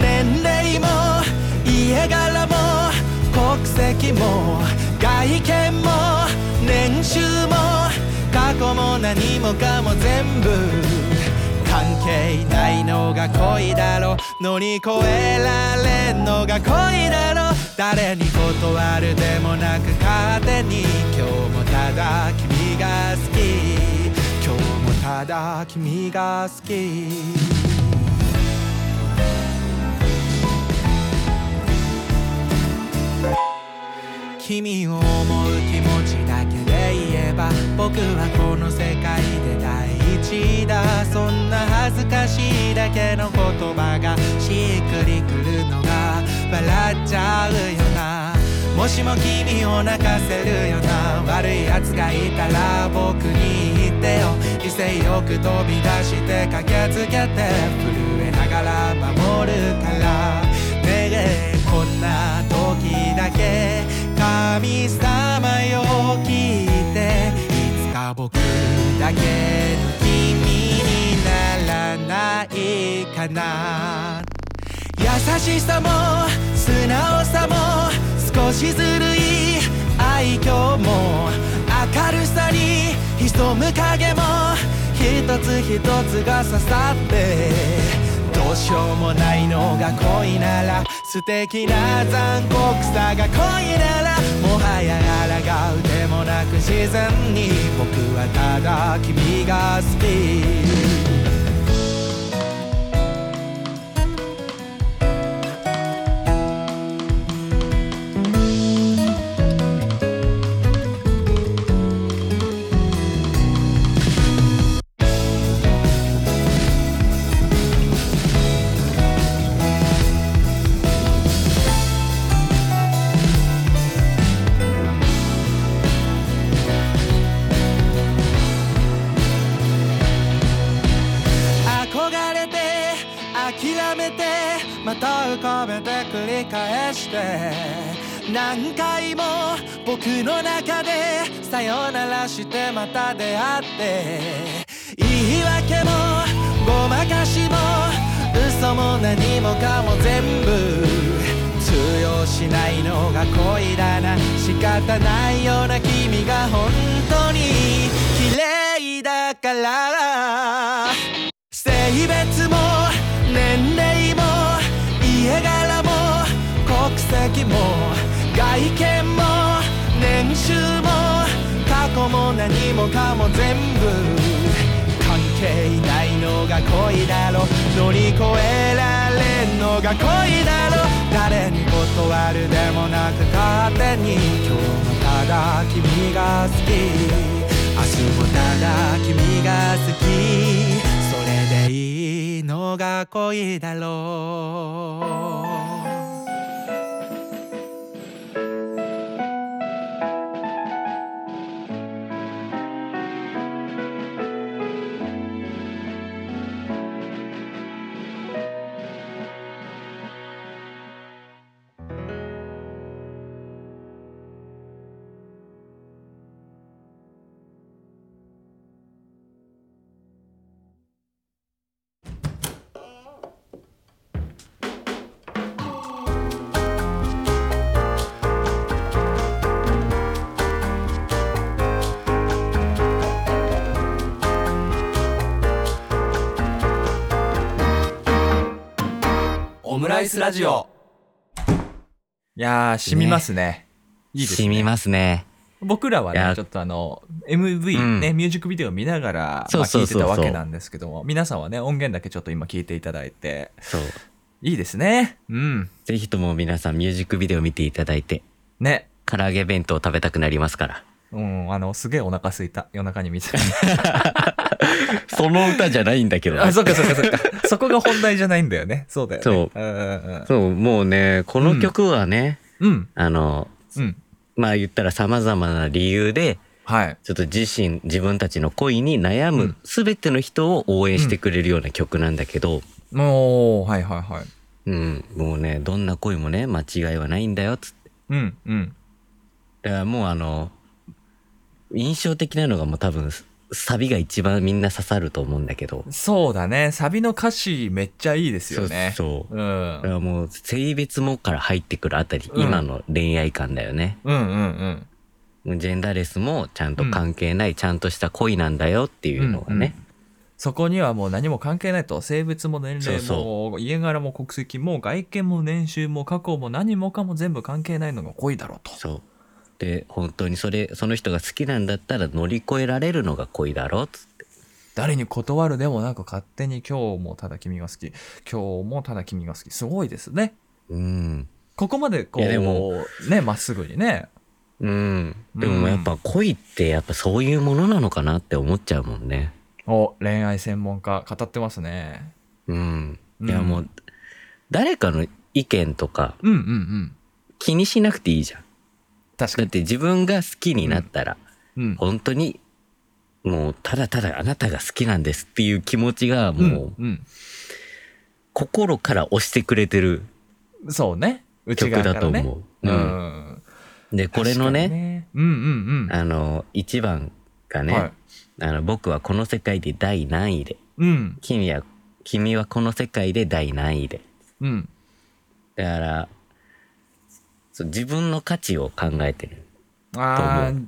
[SPEAKER 3] 年齢も家柄も国籍も外見も年収も過去も何もかも全部関係ないのが恋だろ乗り越えられんのが恋だろ誰に断るでもなく勝手に今日もただ君が好き今日もただ君が好き君を思う気持ちだけで言えば僕はこの世界で第一だそんな恥ずかしいだけの言葉がしっくりくるのが笑っちゃうよなもしも君を泣かせるよな悪い奴がいたら僕に言ってよ威勢よく飛び出して駆けつけて震えながら守るからねえこんな時だけ神様よ聞いていつか僕だけの君にならないかな優しさも素直さも少しずるい愛嬌も明るさに潜む影も一つ一つが刺さってどうしようもないのが恋なら素敵な残酷さが恋ならもはや抗うでもなく自然に僕はただ君が好き憧れて諦めてまた浮かべて繰り返して何回も僕の中でさよならしてまた出会って言い訳もごまかしも嘘も何もかも全部通用しないのが恋だな仕方ないような君が本当に綺麗だから性別も年齢も家柄も国籍も外見も年収も過去も何もかも全部関係ないのが恋だろ乗り越えられんのが恋だろ誰に断るでもなく勝手に今日もただ君が好き明日もただ君が好きそれでいいのが恋だろうオムライスラジオ
[SPEAKER 1] いやー染みますねいいです
[SPEAKER 2] 染みますね。
[SPEAKER 1] 僕らはいね
[SPEAKER 2] や
[SPEAKER 1] ちょっとあの MV ね、
[SPEAKER 2] うん
[SPEAKER 1] ミュージックビデオ見ながら、ま
[SPEAKER 2] そ
[SPEAKER 1] あ、
[SPEAKER 2] うそ
[SPEAKER 1] 聞
[SPEAKER 2] う
[SPEAKER 1] いて
[SPEAKER 2] そうそう
[SPEAKER 1] たわけなんですけども皆さんはね音源だけちょっと今聞いていただいて
[SPEAKER 2] そう。
[SPEAKER 1] いいですねうん
[SPEAKER 2] ぜひとも皆さんミュージックビデオ見ていただいて、
[SPEAKER 1] ね
[SPEAKER 2] 唐揚げ弁当食べたくなりますから。
[SPEAKER 1] うんあのすげえお腹すいた夜中に見てた
[SPEAKER 2] その歌じゃないんだけどね
[SPEAKER 1] あそっかそっかそっかそこが本題じゃないんだよねそうだよね
[SPEAKER 2] そうん
[SPEAKER 1] うん
[SPEAKER 2] そう、もうね、この曲はね、
[SPEAKER 1] うんうん
[SPEAKER 2] あの、
[SPEAKER 1] うん
[SPEAKER 2] まあ言ったら様々な理由で、
[SPEAKER 1] はい
[SPEAKER 2] ちょっと自身、自分たちの恋に悩
[SPEAKER 1] う
[SPEAKER 2] む
[SPEAKER 1] ん
[SPEAKER 2] 全ての人を応援してくれるような曲なんだけど、
[SPEAKER 1] もうはいはいはい
[SPEAKER 2] うん、もうね、どんな恋もね、間違いはないんだよ、つって。
[SPEAKER 1] うんうん
[SPEAKER 2] だからもうあの、印象的なのがもう多分、サビが一番みんな刺さると思うんだけど。
[SPEAKER 1] そうだねサビの歌詞めっちゃいいですよねう
[SPEAKER 2] そう。
[SPEAKER 1] ん、
[SPEAKER 2] だからもう性別もから入ってくるあたり、
[SPEAKER 1] うん
[SPEAKER 2] 今の恋愛観だよね。
[SPEAKER 1] うんうん
[SPEAKER 2] もうジェンダーレスもちゃんと関係ない、ちゃんとした恋なんだよって
[SPEAKER 1] う
[SPEAKER 2] い
[SPEAKER 1] ん
[SPEAKER 2] うのがね。
[SPEAKER 1] うんそこにはもう何も関係ないと性別も年齢も
[SPEAKER 2] そう
[SPEAKER 1] 家柄も国籍も外見も年収も過去も何もかも全部関係ないのが恋だろうと
[SPEAKER 2] そう。で、本当にそれ、その人が好きなんだったら乗り越えられるのが恋だろうっつって。
[SPEAKER 1] 誰に断るでもなく勝手に今日もただ君が好き今日もただ君が好きすごいですね
[SPEAKER 2] うん。
[SPEAKER 1] ここまでこう
[SPEAKER 2] いやでも
[SPEAKER 1] ねまっすぐにね
[SPEAKER 2] うん。でもやっぱ恋ってやっぱそういうものなのかなって思っちゃうもんね。
[SPEAKER 1] お恋愛専門家語ってますね
[SPEAKER 2] うん。
[SPEAKER 1] うん
[SPEAKER 2] いやもう、誰かの意見とか
[SPEAKER 1] うんうんうん
[SPEAKER 2] 気にしなくていいじゃん。
[SPEAKER 1] 確か
[SPEAKER 2] だっ
[SPEAKER 1] に、
[SPEAKER 2] て自分が好きになったら、
[SPEAKER 1] うん、
[SPEAKER 2] 本当にもうただただあなたが好きなんですっていう気持ちがもうん
[SPEAKER 1] ん
[SPEAKER 2] 心から押してくれてる
[SPEAKER 1] そうね内
[SPEAKER 2] 曲
[SPEAKER 1] 側か
[SPEAKER 2] だ
[SPEAKER 1] ら
[SPEAKER 2] と
[SPEAKER 1] ね
[SPEAKER 2] 思う。
[SPEAKER 1] う
[SPEAKER 2] うん
[SPEAKER 1] ん
[SPEAKER 2] で、これの
[SPEAKER 1] 確か
[SPEAKER 2] ね、
[SPEAKER 1] にうんうん
[SPEAKER 2] あの、1番が
[SPEAKER 1] うん
[SPEAKER 2] ね、
[SPEAKER 1] はい
[SPEAKER 2] あの、僕はこの世界で第何位で、
[SPEAKER 1] うん
[SPEAKER 2] 君は、君はこの世界で第何位で。
[SPEAKER 1] うん
[SPEAKER 2] だから、そう自分の価値を考えてる。
[SPEAKER 1] あ
[SPEAKER 2] と
[SPEAKER 1] ー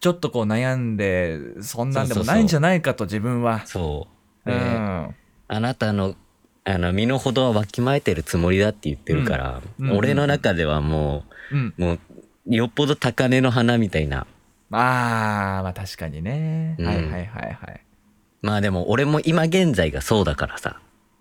[SPEAKER 1] ちょっとこう悩んでそんなんで
[SPEAKER 2] そ
[SPEAKER 1] も
[SPEAKER 2] うそうそう
[SPEAKER 1] ないんじゃないかと自分は
[SPEAKER 2] そう。
[SPEAKER 1] う
[SPEAKER 2] で
[SPEAKER 1] ん
[SPEAKER 2] あなたの、あの、身の程はわきまえてるつもりだって言ってるから、
[SPEAKER 1] うんうん
[SPEAKER 2] 俺の中ではも
[SPEAKER 1] うん
[SPEAKER 2] う、もう、よっぽど高根の花みたいな。
[SPEAKER 1] あーまあ確かにね、
[SPEAKER 2] うん
[SPEAKER 1] はいはいはいはい
[SPEAKER 2] まあでも、俺も今現在がそうだからさ。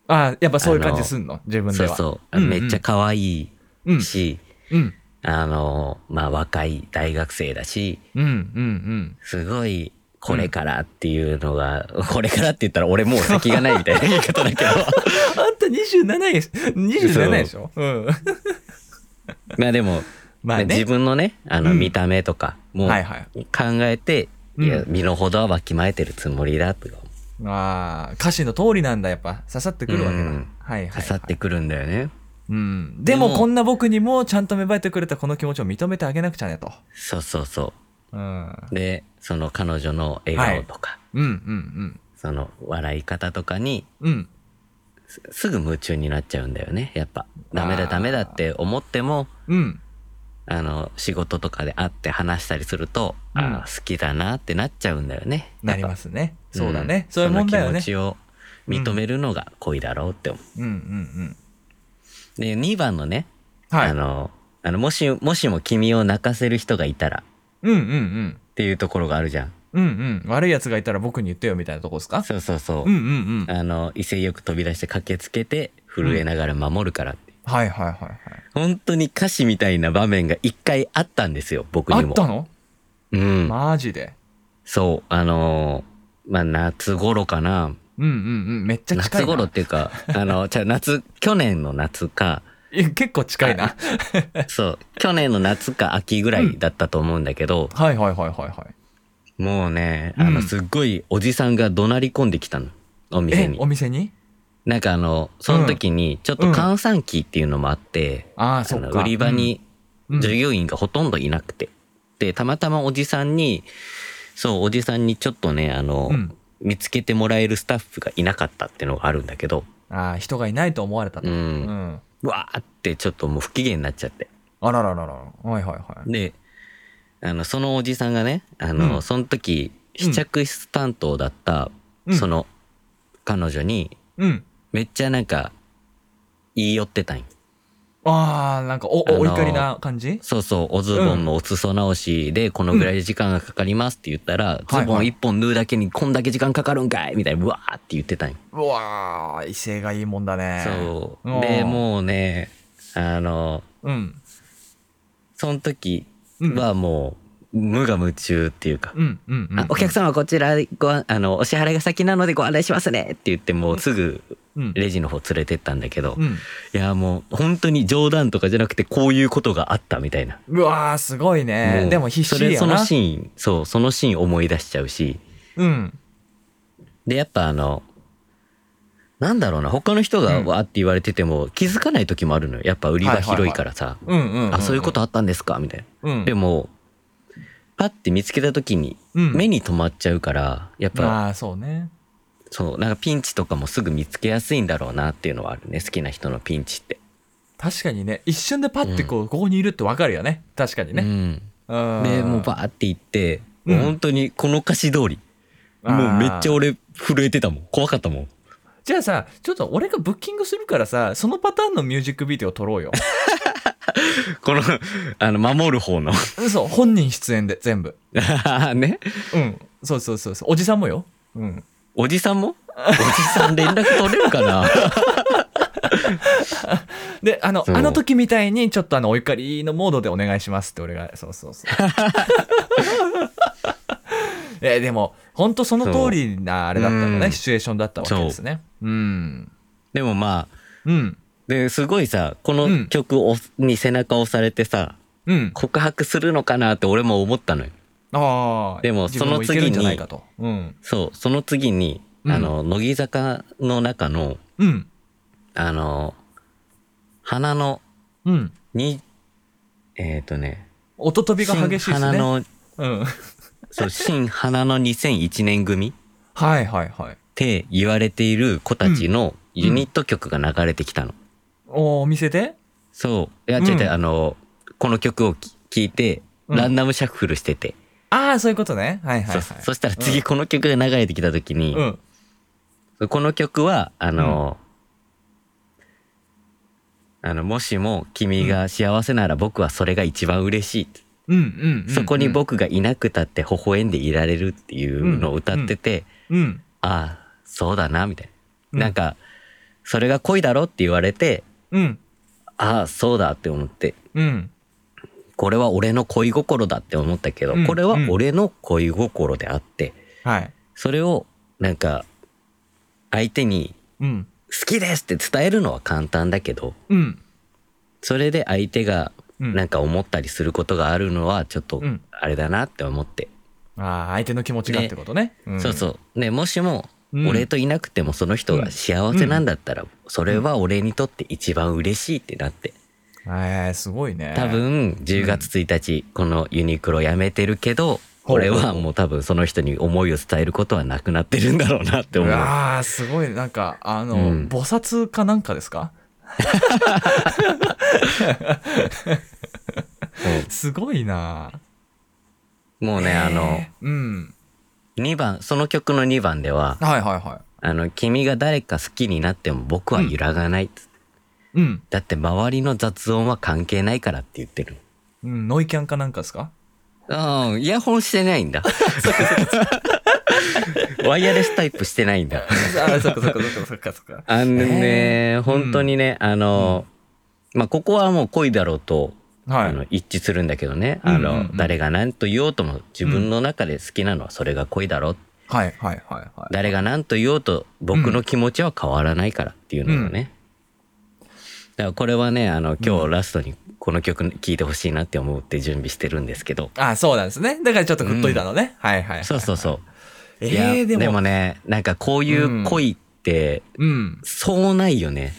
[SPEAKER 1] あーやっぱそういう感じすんの自分
[SPEAKER 2] そ
[SPEAKER 1] で
[SPEAKER 2] う
[SPEAKER 1] は
[SPEAKER 2] そう。
[SPEAKER 1] んん
[SPEAKER 2] めっちゃ可愛
[SPEAKER 1] うん
[SPEAKER 2] いし、
[SPEAKER 1] うん
[SPEAKER 2] あの、まあ若い大学生だし、
[SPEAKER 1] うん うん
[SPEAKER 2] すごい、これからっていうのが、これからって言ったら俺もう先がないみた いな言い方だけど。
[SPEAKER 1] うんあんた27位27でしょうん
[SPEAKER 2] まあでも、
[SPEAKER 1] まあね
[SPEAKER 2] 自分のね、あの
[SPEAKER 1] うん
[SPEAKER 2] 見た目とか、もう
[SPEAKER 1] はいはい
[SPEAKER 2] 考えて、
[SPEAKER 1] うん
[SPEAKER 2] いや、身の程はわきまえてるつもりだとか、
[SPEAKER 1] あー歌詞の通りなんだやっぱ刺さってくるわけだ、
[SPEAKER 2] うん
[SPEAKER 1] はいはい、は
[SPEAKER 2] 刺
[SPEAKER 1] い、
[SPEAKER 2] さってくるんだよね。
[SPEAKER 1] うん、でも
[SPEAKER 2] でも
[SPEAKER 1] こんな僕にもちゃんと芽生えてくれたこの気持ちを認めてあげなくちゃねと、
[SPEAKER 2] そうそうそ
[SPEAKER 1] うん、うん
[SPEAKER 2] う。で、その彼女の笑顔とか、
[SPEAKER 1] うんうん
[SPEAKER 2] その笑い方とかに、
[SPEAKER 1] うん
[SPEAKER 2] すすぐ夢中になっちゃうんだよね。やっぱ、ダメ
[SPEAKER 1] あ
[SPEAKER 2] だ
[SPEAKER 1] ー
[SPEAKER 2] ダメだって思っても、
[SPEAKER 1] うん
[SPEAKER 2] あの、仕事とかで会って話したりすると、
[SPEAKER 1] うん
[SPEAKER 2] ああ、好きだなってなっちゃうんだよね。
[SPEAKER 1] なりますね
[SPEAKER 2] やっぱ
[SPEAKER 1] そうだ
[SPEAKER 2] ん
[SPEAKER 1] ね、そういう問題よ
[SPEAKER 2] その
[SPEAKER 1] ね
[SPEAKER 2] 気持ちを認めるのが恋だろうって思
[SPEAKER 1] う
[SPEAKER 2] う。
[SPEAKER 1] んうんうん
[SPEAKER 2] で、2番のね、
[SPEAKER 1] はい
[SPEAKER 2] あの、あの、もし、もしも君を泣かせる人がいたら
[SPEAKER 1] うんうんうん
[SPEAKER 2] っていうところがあるじゃん。
[SPEAKER 1] うんうん悪いやつがいたら僕に言ってよみたいなとこですか
[SPEAKER 2] そうそうそう
[SPEAKER 1] う。んうんうん
[SPEAKER 2] あの、威勢よく飛び出して駆けつけて、震えながら守るからって。
[SPEAKER 1] はいはいはい
[SPEAKER 2] 本当に歌詞みたいな場面が一回あったんですよ、僕
[SPEAKER 1] は
[SPEAKER 2] に
[SPEAKER 1] いあ
[SPEAKER 2] も。
[SPEAKER 1] ったの
[SPEAKER 2] うん。
[SPEAKER 1] マジで
[SPEAKER 2] そう、あのーまあ、夏頃かな。
[SPEAKER 1] うんうんうんめっちゃ近いな
[SPEAKER 2] 夏頃っていうか、あの、じゃあ夏、去年の夏 か、
[SPEAKER 1] いや結構近いな
[SPEAKER 2] そう、去年の夏か秋ぐらいだったと思うんだけど、
[SPEAKER 1] はいはいはいはいはい
[SPEAKER 2] もうね、
[SPEAKER 1] うん
[SPEAKER 2] あの、すっごいおじさんが怒鳴り込んできたの。お店
[SPEAKER 1] え
[SPEAKER 2] に
[SPEAKER 1] お。店に
[SPEAKER 2] なんかあの、その時に、ちょっと閑散期っていうのもあって、
[SPEAKER 1] ああ
[SPEAKER 2] あ
[SPEAKER 1] そ
[SPEAKER 2] の
[SPEAKER 1] っか
[SPEAKER 2] 売り場に
[SPEAKER 1] うん
[SPEAKER 2] 従業員がほとんどいなくて。で、たまたまおじさんに、そう、おじさんにちょっとね、あの、
[SPEAKER 1] うん
[SPEAKER 2] 見つけてもらえるスタッフがいなかったっていうのがあるんだけど、
[SPEAKER 1] ああ人がいないと思われたと
[SPEAKER 2] うん
[SPEAKER 1] うん
[SPEAKER 2] わーってちょっともう不機嫌になっちゃって。
[SPEAKER 1] あらららら。はいはいはい。
[SPEAKER 2] で、あの、そのおじさんがね、あの、
[SPEAKER 1] うん
[SPEAKER 2] その時、試着室担当だった、
[SPEAKER 1] うん
[SPEAKER 2] その、彼女に、
[SPEAKER 1] うん。
[SPEAKER 2] めっちゃなんか、言い寄ってたんよ
[SPEAKER 1] ああなんかお
[SPEAKER 2] あの
[SPEAKER 1] おお怒りな感じ
[SPEAKER 2] そうそう、おズボンのお裾直しで、このぐらいで時間がかかりますって言ったら、
[SPEAKER 1] はい
[SPEAKER 2] ズボン一本縫うだけにこんだけ時間かかるんかいみたいな、うわーって言ってたんよ。
[SPEAKER 1] うわー威勢がいいもんだね
[SPEAKER 2] そう。で、もうね、あの、
[SPEAKER 1] ううん
[SPEAKER 2] その時
[SPEAKER 1] うん
[SPEAKER 2] はもう、無我夢中っていうか、
[SPEAKER 1] うんうんうん
[SPEAKER 2] あお客様こちらごあのお支払いが先なのでご案内しますねって言ってもうすぐ
[SPEAKER 1] うん
[SPEAKER 2] レジの方連れてったんだけど、
[SPEAKER 1] うん
[SPEAKER 2] いやもう本当に冗談とかじゃなくてこういうことがあったみたいな、
[SPEAKER 1] うわーすごい
[SPEAKER 2] も
[SPEAKER 1] ね
[SPEAKER 2] う
[SPEAKER 1] でも必
[SPEAKER 2] そ
[SPEAKER 1] 死
[SPEAKER 2] れ
[SPEAKER 1] や
[SPEAKER 2] その
[SPEAKER 1] な
[SPEAKER 2] シーンそうそのシーン思い出しちゃうし
[SPEAKER 1] うん
[SPEAKER 2] でやっぱあのなんだろうな他の人が
[SPEAKER 1] うん
[SPEAKER 2] わーって言われてても気づかない時もあるのよやっぱ売り場広いからさ、
[SPEAKER 1] うんうんん
[SPEAKER 2] あそういうことあったんですかみたいな、
[SPEAKER 1] うん
[SPEAKER 2] でもパッて見つけた時に
[SPEAKER 1] うん
[SPEAKER 2] 目に留まっちゃうからやっぱ、
[SPEAKER 1] まあそうね
[SPEAKER 2] そうなんかピンチとかもすぐ見つけやすいんだろうなっていうのはあるね好きな人のピンチって。
[SPEAKER 1] 確かにね一瞬でパッてこう、ここにいるってわかるよね確かにね、う
[SPEAKER 2] うんん、でもうバーって行って、
[SPEAKER 1] うん
[SPEAKER 2] もう本当にこの歌詞通り
[SPEAKER 1] あー
[SPEAKER 2] もうめっちゃ俺震えてたもん怖かったもん。
[SPEAKER 1] じゃあさちょっと俺がブッキングするからさそのパターンのミュージックビデオ撮ろう よ
[SPEAKER 2] この あの守る方の
[SPEAKER 1] そう本人出演で全部
[SPEAKER 2] ね
[SPEAKER 1] うんそうそうそうそうおじさんもようん
[SPEAKER 2] おじさ んもおじさん連絡取れるかな
[SPEAKER 1] であの
[SPEAKER 2] そう
[SPEAKER 1] あの時みたいにちょっとあのお怒りのモードでお願いしますって俺がそうそう そうえでも本当その通りなあれだったの
[SPEAKER 2] う
[SPEAKER 1] ね
[SPEAKER 2] ん
[SPEAKER 1] シチュエーションだったわけですねうん
[SPEAKER 2] でもまあ
[SPEAKER 1] うん
[SPEAKER 2] ですごいさこ
[SPEAKER 1] う
[SPEAKER 2] の
[SPEAKER 1] ん
[SPEAKER 2] 曲を、に背中を押されてさ
[SPEAKER 1] うん
[SPEAKER 2] 告白するのかなって俺も思ったのよ。
[SPEAKER 1] ああ
[SPEAKER 2] でも
[SPEAKER 1] 自分いけるんじゃないかとうん
[SPEAKER 2] そうその次に、
[SPEAKER 1] うん
[SPEAKER 2] あの乃木坂の中の
[SPEAKER 1] うん
[SPEAKER 2] あの花の
[SPEAKER 1] うん
[SPEAKER 2] にえっ、とね
[SPEAKER 1] 音飛びが激しいです
[SPEAKER 2] 新花
[SPEAKER 1] ね。
[SPEAKER 2] の
[SPEAKER 1] うん。
[SPEAKER 2] そう新花の2001年組っ
[SPEAKER 1] はいはいはい。
[SPEAKER 2] て言われている子たちのユニット曲が流れてきたの。
[SPEAKER 1] おお見せて。
[SPEAKER 2] そういや違う違う、
[SPEAKER 1] うん
[SPEAKER 2] あのこの曲をき聞いて
[SPEAKER 1] うん
[SPEAKER 2] ランダムシャッフルしてて、
[SPEAKER 1] ああそういうことね。はいはいはい。
[SPEAKER 2] そうそしたら次この曲が流れてきた時に、
[SPEAKER 1] うん。
[SPEAKER 2] この曲は、あの、あの、もしも君が幸せなら僕はそれが一番嬉しい。
[SPEAKER 1] うんうんうん。
[SPEAKER 2] そこに。僕がいなくたって微笑んでいられるっていうのを歌ってて、
[SPEAKER 1] うん。
[SPEAKER 2] ああ、そうだな、みたい
[SPEAKER 1] うん
[SPEAKER 2] な。なんか、それが恋だろって言われて、
[SPEAKER 1] うん。
[SPEAKER 2] ああ、そうだって思って、
[SPEAKER 1] うん。
[SPEAKER 2] これは俺の恋心だって思ったけど
[SPEAKER 1] うん、
[SPEAKER 2] これは俺の恋心であって、
[SPEAKER 1] はい。
[SPEAKER 2] それを、なんか、相手に
[SPEAKER 1] うん。
[SPEAKER 2] 好きですって伝えるのは簡単だけど、
[SPEAKER 1] うん。
[SPEAKER 2] それで相手が
[SPEAKER 1] うん
[SPEAKER 2] なんか思ったりすることがあるのはちょっと
[SPEAKER 1] うん
[SPEAKER 2] あれだなって思って、
[SPEAKER 1] ああ相手の気持ちがってことね。
[SPEAKER 2] そうそうねもしも
[SPEAKER 1] うん
[SPEAKER 2] 俺といなくてもその人が幸せなんだったらそれは俺にとって一番嬉しいってなって
[SPEAKER 1] うん。ええすごいね。
[SPEAKER 2] 多。分10月1日このユニクロやめてるけど
[SPEAKER 1] ほう
[SPEAKER 2] 俺はもう多分その人に思いを伝えることはなくなってるんだろうなって思う
[SPEAKER 1] ああすごいなんかあの、
[SPEAKER 2] うん
[SPEAKER 1] 菩薩かなんかですか。すごいな。
[SPEAKER 2] もうねあの
[SPEAKER 1] えーうん。
[SPEAKER 2] 2番その曲の2番では
[SPEAKER 1] はいはいは
[SPEAKER 2] 「あの君が誰か好きになっても僕は揺らがない」
[SPEAKER 1] い。うん。
[SPEAKER 2] だって周りの雑音は関係ないからって言ってる。
[SPEAKER 1] うんノイキャンかなんかです か。
[SPEAKER 2] うん、イヤホンしてないんだ。 ワイヤレスタイプしてないんだ。
[SPEAKER 1] ああそっかそっかそっかそっかそっか。
[SPEAKER 2] あのね、
[SPEAKER 1] えー
[SPEAKER 2] 本当にね、あの、まあ、ここはもう恋だろうと、
[SPEAKER 1] はい。
[SPEAKER 2] あの一致するんだけどね、あの、
[SPEAKER 1] うんうんうん
[SPEAKER 2] 誰が何と言おうとも自分の中で好きなのはそれが恋だろう。
[SPEAKER 1] はいはいはいはい。
[SPEAKER 2] 誰が何と言おうと僕の気持ちは変わらないからっていうのがね。だからこれはね、あの、今日ラストにこの曲聴いてほしいなって思って準備してるんですけど。
[SPEAKER 1] あそうなんですね。だからちょっと振っといたのね。はいはいはい。
[SPEAKER 2] そうそうそう。
[SPEAKER 1] え
[SPEAKER 2] いや
[SPEAKER 1] ー、でも
[SPEAKER 2] ね、なんかこういう恋って、
[SPEAKER 1] うん。
[SPEAKER 2] そうないよね。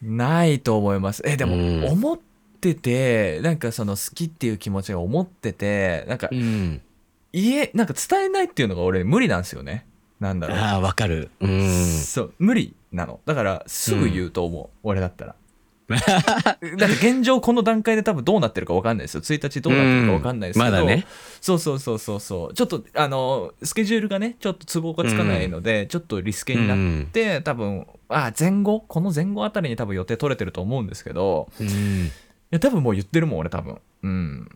[SPEAKER 1] ないと思います。え、でも、
[SPEAKER 2] うん
[SPEAKER 1] 思ってて、なんかその好きっていう気持ちが思ってて、なんか、
[SPEAKER 2] ん。
[SPEAKER 1] 家、なんか伝えないっていうのが俺無理なんですよね。なんだろう。
[SPEAKER 2] ああ、わかる。うん。
[SPEAKER 1] そう、無理なの。だから、すぐ言うと思う。俺だったら。だって現状この段階で多分どうなってるか分かんないですよ。1日どうなってるか分かんないですけど、
[SPEAKER 2] うんまだね。
[SPEAKER 1] そうそうそうそうそうちょっとあのスケジュールがねちょっと都合がつかないので、ちょっとリスケになって、多分あ前後この前後あたりに多分予定取れてると思うんですけど
[SPEAKER 2] うん
[SPEAKER 1] いや多分もう言ってるもん俺多分うん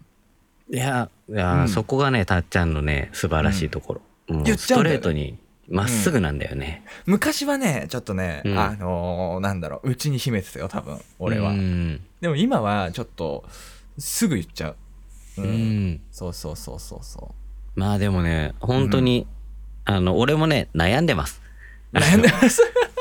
[SPEAKER 2] いやいや、
[SPEAKER 1] うん
[SPEAKER 2] そこがねたっちゃんのね素晴らしいところ、もう
[SPEAKER 1] 言っ
[SPEAKER 2] ス
[SPEAKER 1] ちゃう
[SPEAKER 2] ト
[SPEAKER 1] んだ
[SPEAKER 2] レ
[SPEAKER 1] よね
[SPEAKER 2] ートにまっすぐなんだよね、
[SPEAKER 1] 昔はねちょっとね、
[SPEAKER 2] うん
[SPEAKER 1] あのーなんだろううちに秘めてたよ多分俺は、
[SPEAKER 2] うん
[SPEAKER 1] でも今はちょっとすぐ言っちゃう、う
[SPEAKER 2] うんん
[SPEAKER 1] そうそうそうそう そう
[SPEAKER 2] まあでもね本当に、あの俺もね悩んでます
[SPEAKER 1] 悩んでます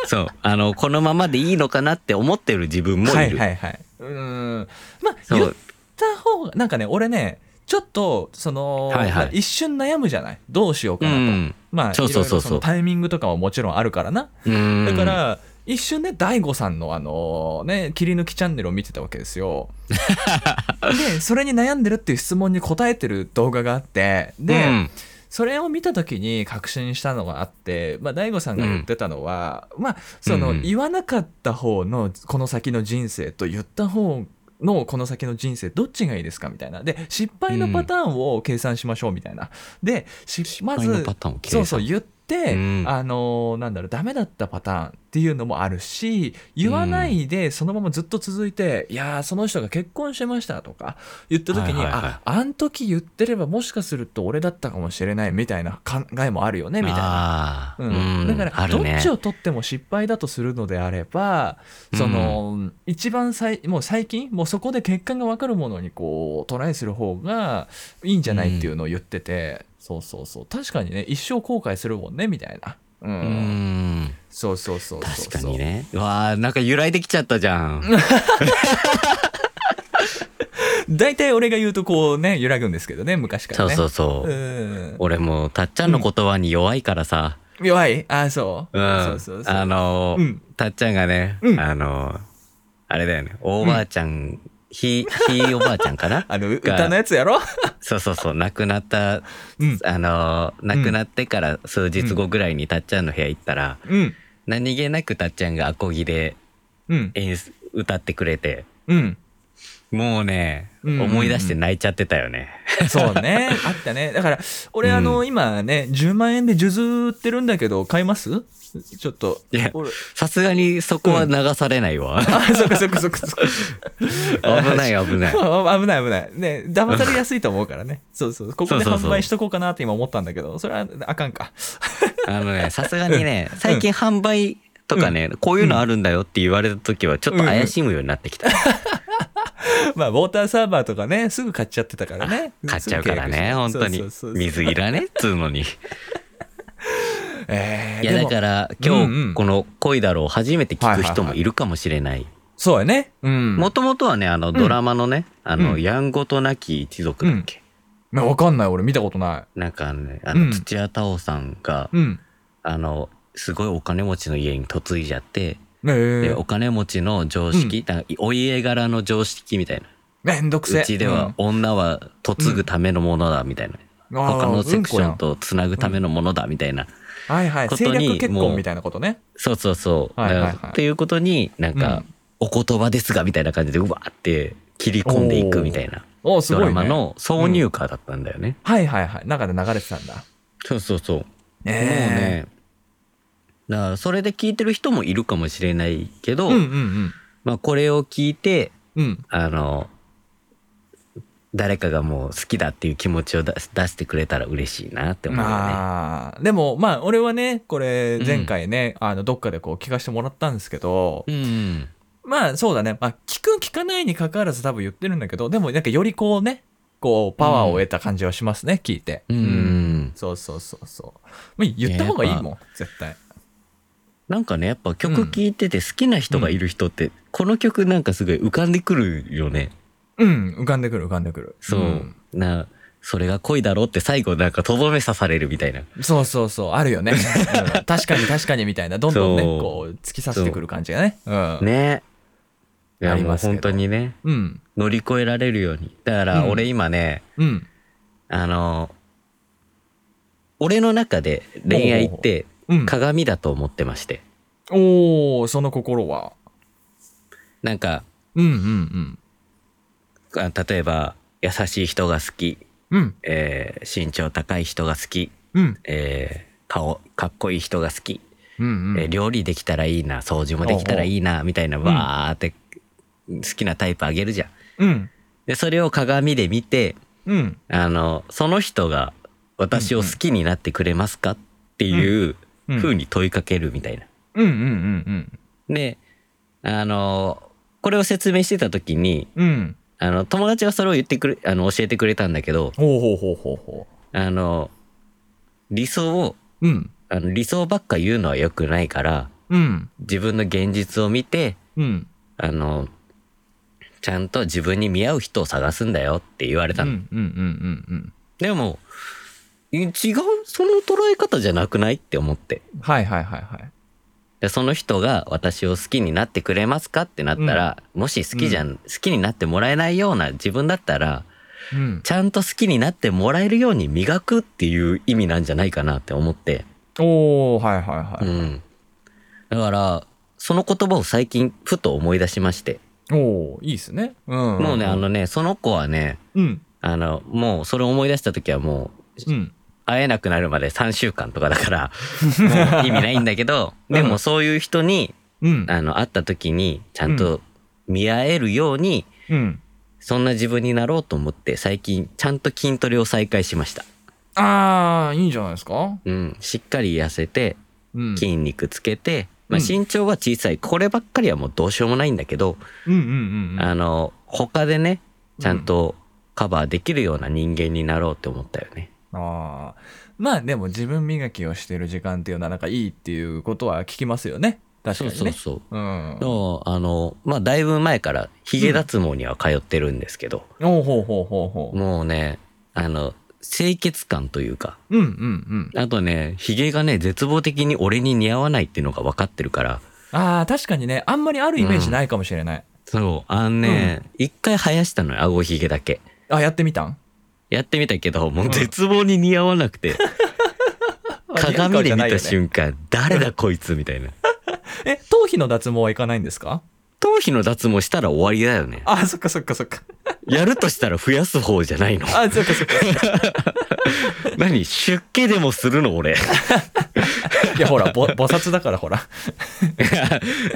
[SPEAKER 2] そうあのこのままでいいのかなって思ってる自分もいる、
[SPEAKER 1] はいはいはい。うーん。まあ、
[SPEAKER 2] そう
[SPEAKER 1] 言った方が、なんかね、俺ね、ちょっと、その、
[SPEAKER 2] はいはい
[SPEAKER 1] まあ一瞬悩むじゃないどうしようか
[SPEAKER 2] う
[SPEAKER 1] なと。
[SPEAKER 2] ん
[SPEAKER 1] まあ、
[SPEAKER 2] そうそうそうそ
[SPEAKER 1] いろい
[SPEAKER 2] う
[SPEAKER 1] ろのタイミングとかももちろんあるからな。
[SPEAKER 2] うん
[SPEAKER 1] だから、一瞬ね、大悟さんのあの、ね、切り抜きチャンネルを見てたわけです よ。で、それに悩んでるっていう質問に答えてる動画があって、で、
[SPEAKER 2] うん
[SPEAKER 1] それを見た時に確信したのがあって、まあ、大悟さんが言ってたのは、まあその
[SPEAKER 2] うん
[SPEAKER 1] 言わなかった方のこの先の人生と言った方のこの先の人生どっちがいいですかみたいなで失敗のパターンを計算しましょうみたいなでしま
[SPEAKER 2] 失敗の
[SPEAKER 1] ず
[SPEAKER 2] パターンを計
[SPEAKER 1] そ
[SPEAKER 2] 算
[SPEAKER 1] うそう言って、
[SPEAKER 2] うん
[SPEAKER 1] あのーなんだろうダメだったパターンっていうのもあるし言わないでそのままずっと続いて、いやーその人が結婚してましたとか言った時に、
[SPEAKER 2] はいはいはい
[SPEAKER 1] ああん時言ってればもしかすると俺だったかもしれないみたいな考えもあるよねみたいな。
[SPEAKER 2] あー
[SPEAKER 1] う
[SPEAKER 2] うんん、
[SPEAKER 1] だから、
[SPEAKER 2] ある
[SPEAKER 1] ど
[SPEAKER 2] ね
[SPEAKER 1] っちを取っても失敗だとするのであればその、一番最もう最近もうそこで結果が分かるものにこうトライする方がいいんじゃないっていうのを言ってて、そうそうそう確かにね一生後悔するもんねみたいな、うん
[SPEAKER 2] うん
[SPEAKER 1] そうそうそうそう
[SPEAKER 2] 確かにねうわーなんか揺らいできちゃったじゃん
[SPEAKER 1] 大体俺が言うとこうね揺らぐんですけどね昔から
[SPEAKER 2] そう
[SPEAKER 1] ね
[SPEAKER 2] そうそう、
[SPEAKER 1] うん
[SPEAKER 2] 俺もたっちゃんの言葉に弱いからさ、
[SPEAKER 1] 弱いあそう,、
[SPEAKER 2] うん
[SPEAKER 1] そうそうそう
[SPEAKER 2] あのー
[SPEAKER 1] うん
[SPEAKER 2] たっちゃんがね、
[SPEAKER 1] うん
[SPEAKER 2] あのーあれだよねおばあちゃん、ひひおばあちゃんかな
[SPEAKER 1] あの歌のやつやろ
[SPEAKER 2] そうそうそう亡くなった、
[SPEAKER 1] うん
[SPEAKER 2] あのー亡くなってから数日後ぐらいにたっちゃんの部屋行ったら、
[SPEAKER 1] うん
[SPEAKER 2] 何気なくたっちゃんがアコギで
[SPEAKER 1] うん
[SPEAKER 2] 演出歌ってくれて
[SPEAKER 1] うん
[SPEAKER 2] もうね、
[SPEAKER 1] うん
[SPEAKER 2] 思い出して泣いちゃってたよね。
[SPEAKER 1] そうねあったねだから俺あの、
[SPEAKER 2] う
[SPEAKER 1] 今ね10万円で数珠売ってるんだけど買いますちょっと
[SPEAKER 2] いや
[SPEAKER 1] 俺
[SPEAKER 2] さすがにそこは流されない わ。
[SPEAKER 1] あそっかそっかそっかそっか
[SPEAKER 2] 危ない危ない。
[SPEAKER 1] あ危ない危ない。ね、騙されやすいと思うからね。そうそう。ここで
[SPEAKER 2] そうそう
[SPEAKER 1] 販
[SPEAKER 2] そう
[SPEAKER 1] 売しとこうかなって今思ったんだけど、それはあかんか。
[SPEAKER 2] あのね、さすがにね、最近販売とかね、こういうのあるんだよって言われた時は、ちょっと怪しむようになってきた。
[SPEAKER 1] まあ、ウォーターサーバーとかね、すぐ買っちゃってたからね。
[SPEAKER 2] 買っちゃうからね、本当に
[SPEAKER 1] そうそう。そう
[SPEAKER 2] 水いらねっつうの に。い
[SPEAKER 1] えー
[SPEAKER 2] や、
[SPEAKER 1] で
[SPEAKER 2] だ
[SPEAKER 1] も
[SPEAKER 2] か
[SPEAKER 1] う
[SPEAKER 2] ら、
[SPEAKER 1] んう
[SPEAKER 2] 今日、
[SPEAKER 1] ん
[SPEAKER 2] この恋だろう初めて聞く人もいるかもしれない。
[SPEAKER 1] そうやね。うん。
[SPEAKER 2] もともとはね、あの、ドラマのね、あ
[SPEAKER 1] う
[SPEAKER 2] の、
[SPEAKER 1] ん
[SPEAKER 2] やんごとなき一族だっけ。
[SPEAKER 1] まあわかんない。俺見たことな
[SPEAKER 2] なんかね、あ
[SPEAKER 1] うん
[SPEAKER 2] の、土屋太鳳さんが
[SPEAKER 1] い。、うん。
[SPEAKER 2] あの、すごいお金持ちの家に嫁いじゃって、
[SPEAKER 1] ね
[SPEAKER 2] で、
[SPEAKER 1] え
[SPEAKER 2] お金持ちの常識、なんかお家柄の常識みたいな。
[SPEAKER 1] めんどくせえ
[SPEAKER 2] うちでは、女は嫁ぐためのものだみたいな、
[SPEAKER 1] うんあー
[SPEAKER 2] 他のセクショ
[SPEAKER 1] うん
[SPEAKER 2] ン
[SPEAKER 1] こと
[SPEAKER 2] つなぐためのものだみたいな、
[SPEAKER 1] やんはいはい。
[SPEAKER 2] ことに
[SPEAKER 1] 政略結
[SPEAKER 2] も
[SPEAKER 1] 婚
[SPEAKER 2] う
[SPEAKER 1] みたいなことね。
[SPEAKER 2] そうそうそう、
[SPEAKER 1] はいはいはい
[SPEAKER 2] だからっていうことになんか、お言葉ですがみたいな感じでうわーって切り込んでいくみたいな
[SPEAKER 1] おす
[SPEAKER 2] ド
[SPEAKER 1] ごい、ね。
[SPEAKER 2] ラマの挿入歌だったんだよね、
[SPEAKER 1] はいはいはい。中で流れてたんだ。
[SPEAKER 2] そうそうそう、
[SPEAKER 1] え
[SPEAKER 2] もうねだからそれで聞いてる人もいるかもしれないけど、
[SPEAKER 1] うんうん
[SPEAKER 2] まあ、これを聞いて
[SPEAKER 1] うん。うん。
[SPEAKER 2] あの誰かがもう好きだっていう気持ちを出し出してくれたら嬉しいなって思うよね。
[SPEAKER 1] まあ、でも、まあ、俺はね、これ、前回ね、あの、どっかでこう、聞かせてもらったんですけど、
[SPEAKER 2] うん
[SPEAKER 1] まあ、そうだね。まあ、聞く、聞かないに関わらず多分言ってるんだけど、でも、なんか、よりこうね、こう、パワーを得た感じはしますね、聞いて。
[SPEAKER 2] うんうん
[SPEAKER 1] そうそうそうそう。まあ、言った方がいいもん、絶対。
[SPEAKER 2] なんかねやっぱ曲聴いてて好きな人がいる人って、この曲なんかすごい浮かんでくるよね
[SPEAKER 1] うん、浮かんでくる、浮かんでくる。
[SPEAKER 2] そう、
[SPEAKER 1] ん
[SPEAKER 2] なそれが恋だろって最後なんかとどめ刺されるみたいな
[SPEAKER 1] そうそうそう、ある よね。うん確かに確かにみたいな、どんどんね、
[SPEAKER 2] そう
[SPEAKER 1] こう、突き刺してくる感じがね。うん。
[SPEAKER 2] ねい
[SPEAKER 1] あ
[SPEAKER 2] や
[SPEAKER 1] り
[SPEAKER 2] もう
[SPEAKER 1] ますけど
[SPEAKER 2] 本当にね
[SPEAKER 1] うん。
[SPEAKER 2] 乗り越えられるようにだから
[SPEAKER 1] うん
[SPEAKER 2] 俺今ね、
[SPEAKER 1] うん。
[SPEAKER 2] あの俺の中で恋愛って
[SPEAKER 1] うん。
[SPEAKER 2] 鏡だと思ってまして、
[SPEAKER 1] おー、その心は。
[SPEAKER 2] なんか
[SPEAKER 1] うんうん
[SPEAKER 2] あ例えば優しい人が好き、
[SPEAKER 1] うん。うん。
[SPEAKER 2] えー身長高い人が好き
[SPEAKER 1] うん。
[SPEAKER 2] えー顔かっこいい人が好き
[SPEAKER 1] うんうん
[SPEAKER 2] えー料理できたらいいな掃除もできたらいいなみたいなバーって好きなタイプあげるじゃん。
[SPEAKER 1] うん
[SPEAKER 2] でそれを鏡で見て
[SPEAKER 1] うん
[SPEAKER 2] あのその人が私を好きになってくれますかってい
[SPEAKER 1] う
[SPEAKER 2] う
[SPEAKER 1] ん
[SPEAKER 2] 風に問いかけるみたいな。
[SPEAKER 1] うんうんうん
[SPEAKER 2] であのこれを説明してた時に
[SPEAKER 1] うんうん
[SPEAKER 2] あの友達がそれを言ってくれあの教えてくれたんだけど
[SPEAKER 1] ほうほうほうほうほ
[SPEAKER 2] あの理想を
[SPEAKER 1] ううん
[SPEAKER 2] あの理想ばっか言うのは良くないから
[SPEAKER 1] うん
[SPEAKER 2] 自分の現実を見て
[SPEAKER 1] うん
[SPEAKER 2] あのちゃんと自分に見合う人を探すんだよって言われ
[SPEAKER 1] う
[SPEAKER 2] た
[SPEAKER 1] ん
[SPEAKER 2] の、
[SPEAKER 1] うんうんうん
[SPEAKER 2] でもい違うその捉え方じゃなくないって思って
[SPEAKER 1] うんはいはいはいはい
[SPEAKER 2] でその人が私を好きになってくれますかってなったら、もし好きじゃん、好きになってもらえないような自分だったら
[SPEAKER 1] うん
[SPEAKER 2] ちゃんと好きになってもらえるように磨くっていう意味なんじゃないかなって思って、
[SPEAKER 1] おおはいはいは
[SPEAKER 2] う
[SPEAKER 1] い、
[SPEAKER 2] ん、だからその言葉を最近ふと思い出しまして、
[SPEAKER 1] おおいいっすねうん
[SPEAKER 2] もうねあのねその子はね
[SPEAKER 1] うん
[SPEAKER 2] あのもうそれを思い出した時はもう
[SPEAKER 1] うん
[SPEAKER 2] 会えなくなるまで3週間とかだから もう意味ないんだけどでもそういう人に
[SPEAKER 1] うん
[SPEAKER 2] あの会った時にちゃんと見合えるように、
[SPEAKER 1] うん
[SPEAKER 2] そんな自分になろうと思って最近ちゃんと筋トレを再開しました。
[SPEAKER 1] ああいいんじゃないですか
[SPEAKER 2] うん、しっかり痩せて
[SPEAKER 1] うん
[SPEAKER 2] 筋肉つけて、まあ、
[SPEAKER 1] うん
[SPEAKER 2] 身長は小さいこればっかりはもうどうしようもないんだけど、
[SPEAKER 1] うんうんうん
[SPEAKER 2] あの他でねちゃんとカバーできるような人間になろうって思ったよね。
[SPEAKER 1] ああまあでも自分磨きをしてる時間っていうのはなんかいいっていうことは聞きますよね確か
[SPEAKER 2] そう
[SPEAKER 1] にね
[SPEAKER 2] そうそう。
[SPEAKER 1] うん
[SPEAKER 2] のあのまあだいぶ前からヒゲ脱毛には通ってるんですけど、
[SPEAKER 1] おうほうほうほうほう
[SPEAKER 2] もうねあの清潔感というか
[SPEAKER 1] うんうんうん
[SPEAKER 2] あとねヒゲがね絶望的に俺に似合わないっていうのが分かってるから
[SPEAKER 1] ああ確かにねあんまりあるイメージないかもしれない、
[SPEAKER 2] そうあのね一、回生やしたのよ顎ヒゲだけ
[SPEAKER 1] あやってみたん
[SPEAKER 2] やってみたけどもう絶望に似合わなくて、鏡で見た
[SPEAKER 1] 間
[SPEAKER 2] 瞬間、誰だこいつみたいな
[SPEAKER 1] え頭皮の脱毛はいかないんですか
[SPEAKER 2] 頭皮の脱毛したら終わりだよね
[SPEAKER 1] あそっかそっかそっか
[SPEAKER 2] やるとしたら増やす方じゃないの
[SPEAKER 1] あ そっかそっか
[SPEAKER 2] 何出家でもするの
[SPEAKER 1] い
[SPEAKER 2] 俺
[SPEAKER 1] やほらぼ菩薩だからほら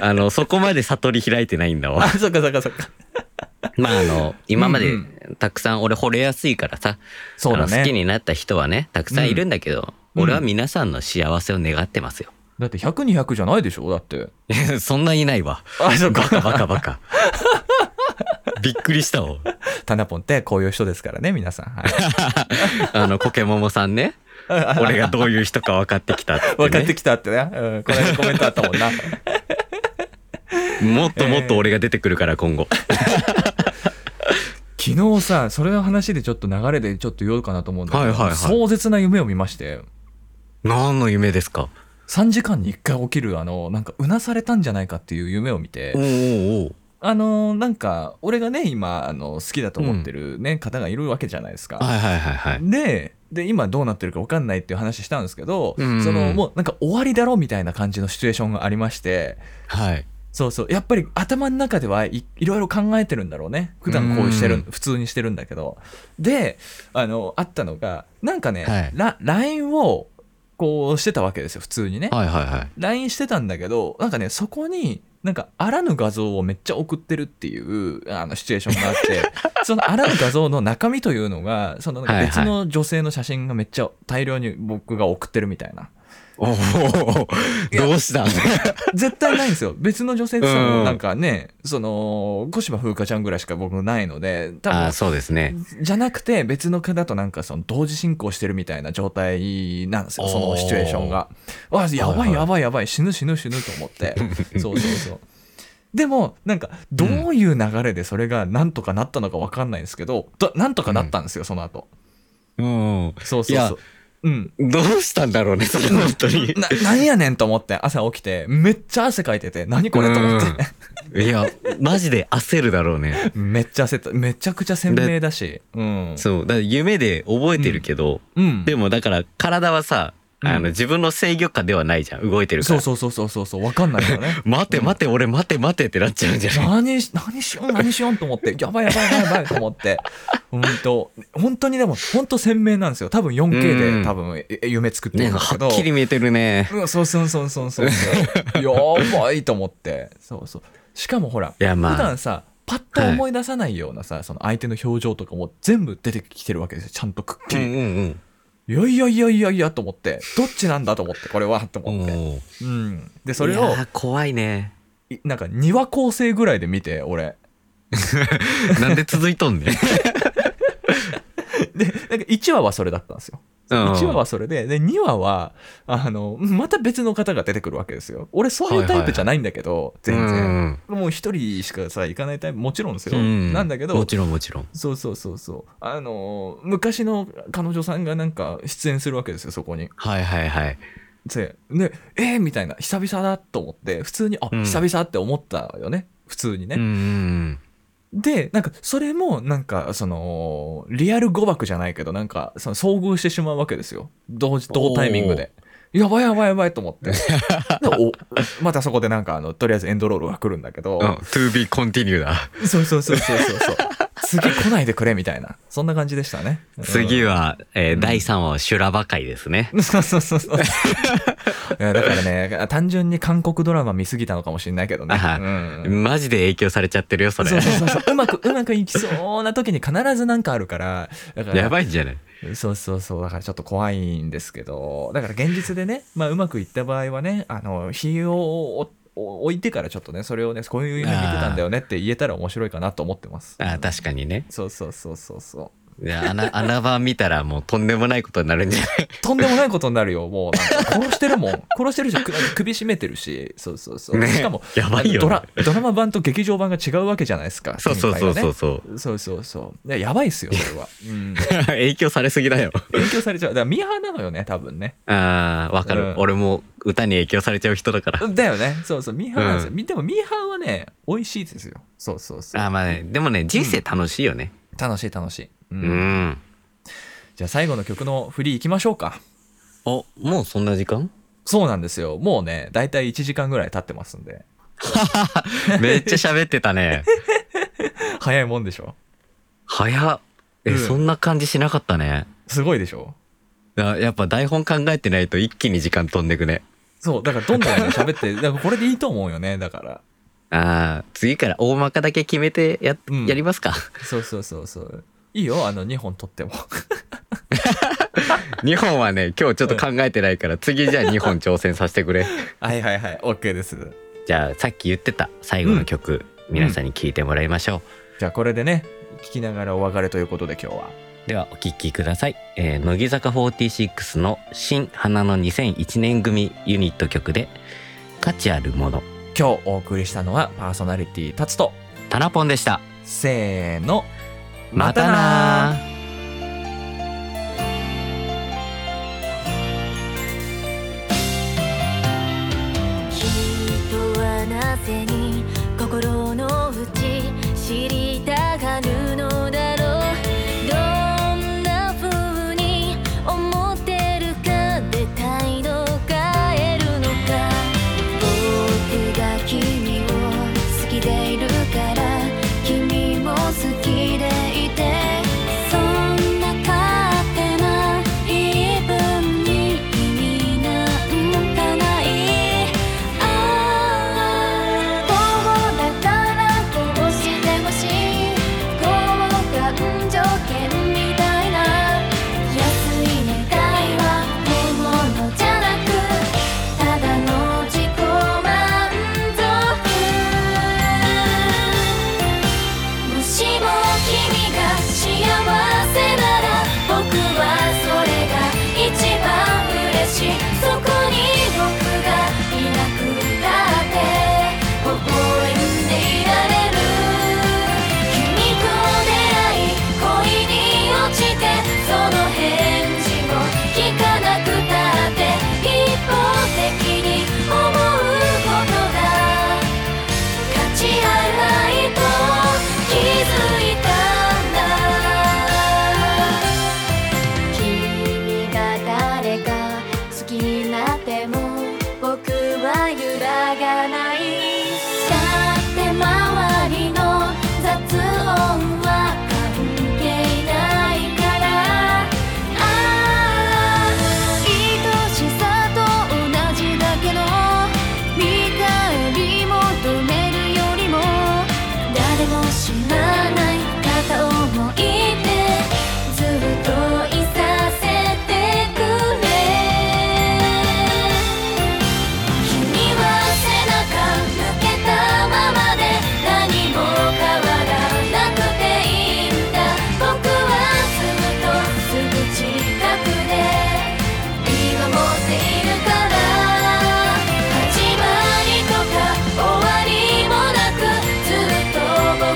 [SPEAKER 2] あの、そこまで悟り開いてないんだわ
[SPEAKER 1] あ。そっかそっかそっか
[SPEAKER 2] まあ、あの、今まで
[SPEAKER 1] うん
[SPEAKER 2] たくさん俺惚れやすいからさ、
[SPEAKER 1] そうだ
[SPEAKER 2] あの好き
[SPEAKER 1] ね
[SPEAKER 2] になった人はね、たくさんいるんだけど、
[SPEAKER 1] うん
[SPEAKER 2] 俺は皆さんの幸せを願ってますよ。
[SPEAKER 1] だって100200じゃないでしょだって
[SPEAKER 2] そん ないないわ。
[SPEAKER 1] あそっ
[SPEAKER 2] バ
[SPEAKER 1] か
[SPEAKER 2] カバカバ カ。びっくりしたわ。
[SPEAKER 1] タナポンってこういう人ですからね皆さん、はい、
[SPEAKER 2] あの、コケモモさんね。俺がどういう人か分かってきたって、ね。
[SPEAKER 1] 分かってきたってね、うん、この間コメントあったもんな
[SPEAKER 2] もっともっと俺が出てくるから今後。
[SPEAKER 1] 昨日さそれの話でちょっと流れでちょっと言おうかなと思うんだけど、
[SPEAKER 2] はいはいはい
[SPEAKER 1] 壮絶な夢を見まして
[SPEAKER 2] 何の夢ですか
[SPEAKER 1] 3時間に1回起きるあのなんかうなされたんじゃないかっていう夢を見て
[SPEAKER 2] おうおうおう
[SPEAKER 1] あのなんか俺がね今あの好きだと思ってる、ね方がいるわけじゃないですか。
[SPEAKER 2] はいはいはいはい。
[SPEAKER 1] でで今どうなってるか分かんないっていう話したんですけど、
[SPEAKER 2] うん
[SPEAKER 1] そのもうなんか終わりだろみたいな感じのシチュエーションがありまして
[SPEAKER 2] はい。そうそう。
[SPEAKER 1] やっぱり頭の中ではいいろいろ考えてるんだろうね普段こうしてる、
[SPEAKER 2] うん
[SPEAKER 1] 普通にしてるんだけどであのあったのがなんかね、
[SPEAKER 2] はい
[SPEAKER 1] ラ LINE をこうしてたわけですよ普通にね、
[SPEAKER 2] はいはいはい。
[SPEAKER 1] LINE してたんだけどなんかねそこになんかあらぬ画像をめっちゃ送ってるっていうあのシチュエーションがあって そのあらぬ画像の中身というのがそのなんか別
[SPEAKER 2] はい
[SPEAKER 1] の女性の写真がめっちゃ大量に僕が送ってるみたいな
[SPEAKER 2] おお どうした
[SPEAKER 1] 絶対ないんですよ別の女性ってそ
[SPEAKER 2] うん
[SPEAKER 1] のなんかねその小芝風花ちゃんぐらいしか僕ないので多
[SPEAKER 2] あ
[SPEAKER 1] 分
[SPEAKER 2] あそうですね
[SPEAKER 1] じゃなくて別の方となんかその同時進行してるみたいな状態なんですよそのシチュエーションが。わあやば
[SPEAKER 2] はい
[SPEAKER 1] い
[SPEAKER 2] はい
[SPEAKER 1] やばいやばい死ぬ死ぬ死ぬと思って そうそうそう。でもなんかどういう流れでそれがなんとかなったのか分かんないんですけど、だなんとかなったんですよその後
[SPEAKER 2] うん
[SPEAKER 1] そうそうそう。うん、
[SPEAKER 2] どうしたんだろうねそれ本当に
[SPEAKER 1] ななんやねんと思って朝起きてめっちゃ汗かいてて何これと思って
[SPEAKER 2] うんいやマジで焦るだろうね
[SPEAKER 1] めっちゃ焦っためちゃくちゃ鮮明だしうん
[SPEAKER 2] そうだから夢で覚えてるけど、
[SPEAKER 1] うん
[SPEAKER 2] でもだから体はさあ
[SPEAKER 1] うん
[SPEAKER 2] の自分の制御下ではないじゃん動いてるか
[SPEAKER 1] そ
[SPEAKER 2] ら
[SPEAKER 1] うそうそうそうそうそう分かんないからね
[SPEAKER 2] 待て待て俺待て待てってなっちゃうんじゃない
[SPEAKER 1] 何し何しよう何しようと思ってやばいやばいやばいやばいと思って本当本当にでも本当鮮明なんですよ多分
[SPEAKER 2] う
[SPEAKER 1] 4K
[SPEAKER 2] ん
[SPEAKER 1] で多分え夢作って
[SPEAKER 2] ね
[SPEAKER 1] るんです
[SPEAKER 2] は
[SPEAKER 1] けど、
[SPEAKER 2] っきり見えてるね
[SPEAKER 1] うん、そうそうそうそう そうそう。やばいと思って。そうそう。しかもほら、
[SPEAKER 2] いやまあ
[SPEAKER 1] 普段さ、パッと思い出さないようなさ、その相手の表情とかも全部出てきてるわけですよ。ちゃんとくっき
[SPEAKER 2] うん
[SPEAKER 1] り。
[SPEAKER 2] うん
[SPEAKER 1] いやいやいやいやいやと思って、どっちなんだと思って、これはと
[SPEAKER 2] うん
[SPEAKER 1] 思って。
[SPEAKER 2] おー
[SPEAKER 1] うん。で、それ
[SPEAKER 2] い
[SPEAKER 1] を
[SPEAKER 2] や、ー怖いね
[SPEAKER 1] いなんか2話構成ぐらいで見て、俺。
[SPEAKER 2] なんで続いとんねん
[SPEAKER 1] で、なんか1話はそれだったんですよ。
[SPEAKER 2] うん
[SPEAKER 1] 1話はそれでで2話はあのまた別の方が出てくるわけですよ俺そういうタイプじゃないんだけど、全然、もう一人しかさ行かないタイプもちろんですよ、
[SPEAKER 2] うんうん
[SPEAKER 1] なんだけ
[SPEAKER 2] も
[SPEAKER 1] ど
[SPEAKER 2] ちろんもちろん
[SPEAKER 1] そうそうそうそうあのー昔の彼女さんがなんか出演するわけですよそこに
[SPEAKER 2] はいはいはい
[SPEAKER 1] ででえー、みたいな久々だと思って普通にあ、
[SPEAKER 2] うん
[SPEAKER 1] 久々って思ったよね普通に
[SPEAKER 2] うんう
[SPEAKER 1] ね、
[SPEAKER 2] ん
[SPEAKER 1] でなんかそれもなんかそのリアル誤爆じゃないけどなんかその遭遇してしまうわけですよ同時同タイミングでやばいやばいやばいと思って でおまたそこでなんかあのとりあえずエンドロールが来るんだけど、
[SPEAKER 2] うん To be continue だ
[SPEAKER 1] そうそうそうそうそうそう。次来ないでくれみたいな。そんな感じでしたね。うん
[SPEAKER 2] 次は、えー第3話は修羅場会ですね。
[SPEAKER 1] そうそうそう そう。いやだからね、単純に韓国ドラマ見すぎたのかもしれないけどね。
[SPEAKER 2] あは
[SPEAKER 1] うん
[SPEAKER 2] マジで影響されちゃってるよ、それ
[SPEAKER 1] そ。うそうそうそううまくうまくいきそうな時に必ずなんかあるからだから
[SPEAKER 2] やばいんじゃない
[SPEAKER 1] そうそうそうだからちょっと怖いんですけどだから現実でね、まあ、うまくいった場合はねあの日をお置いてからちょっとねそれをねこういう夢見てたんだよねって言えたら面白いかなと思ってます
[SPEAKER 2] あ確かにね。
[SPEAKER 1] そうそうそうそうそう
[SPEAKER 2] いや穴穴場見たらもうとんでもないことになるんじゃない
[SPEAKER 1] とんでもないことになるよ、もうなんか。殺してるもん。殺してるし、く首絞めてるし、そうそうそう。
[SPEAKER 2] ね
[SPEAKER 1] しかも、
[SPEAKER 2] やばいよね
[SPEAKER 1] ドラ、ドラマ版と劇場版が違うわけじゃないですか。
[SPEAKER 2] そうそうそう
[SPEAKER 1] 展開
[SPEAKER 2] そ
[SPEAKER 1] が
[SPEAKER 2] う
[SPEAKER 1] ね。
[SPEAKER 2] そう。
[SPEAKER 1] そうそうそう。でやばいっすよ、それは。うん。
[SPEAKER 2] 影響されすぎだよ。
[SPEAKER 1] 影響されちゃう。だから、ミーハーなのよね、多分ね。
[SPEAKER 2] あーわかる、
[SPEAKER 1] うん
[SPEAKER 2] 俺も歌に影響されちゃう人だから。
[SPEAKER 1] だよね。そうそう、ミーハーなんですよ。
[SPEAKER 2] う
[SPEAKER 1] みでも、ミーハーはね、美味しいですよ。そうそうそう。
[SPEAKER 2] あーまあね、でもね、人生楽しいよね。
[SPEAKER 1] 楽しい、楽しい。う
[SPEAKER 2] うん。
[SPEAKER 1] ん。じゃあ、最後の曲の振り行きましょうか。
[SPEAKER 2] お、もうそんな時間
[SPEAKER 1] そうなんですよ。もうね、だいたい1時間ぐらい経ってますんで。
[SPEAKER 2] めっちゃ喋って たね。
[SPEAKER 1] 早いもんでしょ。
[SPEAKER 2] 早っ。え、
[SPEAKER 1] うん
[SPEAKER 2] そんな感じしなかったね。
[SPEAKER 1] すごいでしょ。
[SPEAKER 2] あやっぱ台本考えてないと一気に時間飛んでくね。
[SPEAKER 1] そう、だからどんどんね喋って、 だからこれでいいと思うよね、だから。
[SPEAKER 2] ああ、次から大まかだけ決めてや,、
[SPEAKER 1] うん
[SPEAKER 2] やりま すか。
[SPEAKER 1] そうそうそうそう。いいよ、あの、2本取って も。
[SPEAKER 2] 2本はね、今日ちょっと考えてないから、次じゃあ2本挑戦させ てくれ。
[SPEAKER 1] はいはいはい、OK です。
[SPEAKER 2] じゃあ、さっき言ってた最後の曲、
[SPEAKER 1] ん
[SPEAKER 2] 皆さんに聴いてもらいましょ
[SPEAKER 1] じゃあこれでね、聞きながらお別れということで今日は。
[SPEAKER 2] う。では、お聴きください。えー乃木坂46の新花の2001年組ユニット曲で、価値あるもの、
[SPEAKER 1] 今日お送りしたのはパーソナリティ立つと、
[SPEAKER 2] タナポンでした。
[SPEAKER 1] せーの、
[SPEAKER 2] またなー
[SPEAKER 4] 人はなぜに心の内知りたがるのだろうどんな風に思ってるかで態度変えるのか僕が君を好きでいるから君も好きでいてそんな勝手な言い分に意味なんかない「ああこうだからこうしてほしい」知らない片思いでずっといさせてくれ「君は背中向けたままで何も変わらない」「なくていいんだ」「僕はずっとすぐ近くで見守っているから」「始まりとか終わりもなく」「ずっと僕が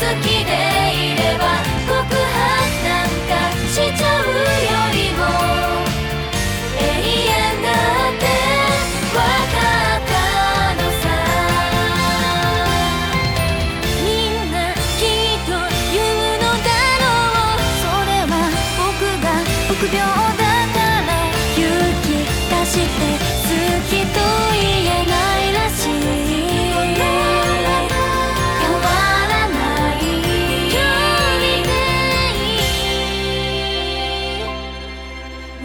[SPEAKER 4] 好きでいれば」「告白なんかしちゃうよりも」永遠だってわかったのさ」「みんなきっと言うのだろう」「それは僕が臆病だから」「勇気出して好きと言えないらしい」「変わらない君でいい」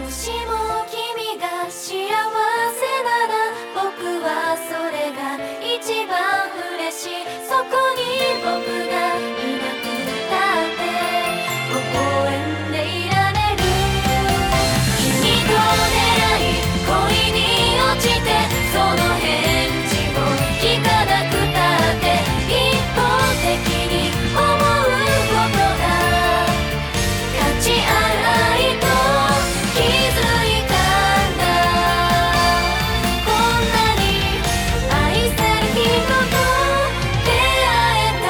[SPEAKER 4] もしも君が幸せなら僕はそれが一番嬉しいそこに僕がいなくたって微笑んでいられる君と出会い恋に落ちてその返事を聞かなくたって一方的に思うことが「立ち上がりと気づいたんだ」「こんなに愛せる人と出会えた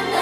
[SPEAKER 4] んだ」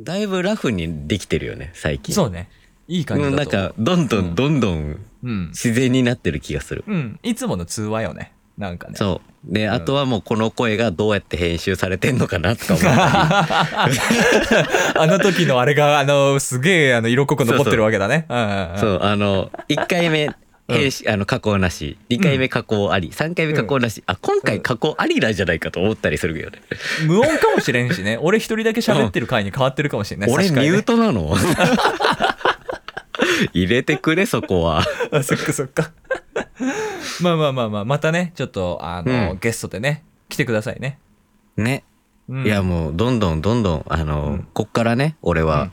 [SPEAKER 2] だいぶラフにできてるよね最近
[SPEAKER 1] そうねいい感じ
[SPEAKER 2] もう
[SPEAKER 1] だ
[SPEAKER 2] なん
[SPEAKER 1] と思
[SPEAKER 2] か
[SPEAKER 1] う
[SPEAKER 2] どんど
[SPEAKER 1] うん
[SPEAKER 2] んどんどん
[SPEAKER 1] うん、
[SPEAKER 2] 自然になってる気がする、
[SPEAKER 1] うん、いつもの通話よねなんかね
[SPEAKER 2] そうで、あとはもうこの声がどうやって編集されてんのかなとか思ったり
[SPEAKER 1] あの時のあれがあのすげえあの色濃く残ってるわけだねうん
[SPEAKER 2] そうあの1回目編集、あの加工なし2回目加工あり3回目加工なし、あ今回加工ありなんじゃないかと思ったりするよね、
[SPEAKER 1] 無音かもしれんしね俺一人だけ喋ってる回に変わってるかもしれない
[SPEAKER 2] 俺
[SPEAKER 1] 確
[SPEAKER 2] ミ
[SPEAKER 1] かにね
[SPEAKER 2] ュートな の入れてくれそこは
[SPEAKER 1] あそっかそっかまあまあまあまあまたねちょっとあの、
[SPEAKER 2] うん
[SPEAKER 1] ゲストでね来てくださいね、
[SPEAKER 2] ね、
[SPEAKER 1] うん、
[SPEAKER 2] いやもうどんどんどんどんあの、
[SPEAKER 1] うん
[SPEAKER 2] こっからね俺は、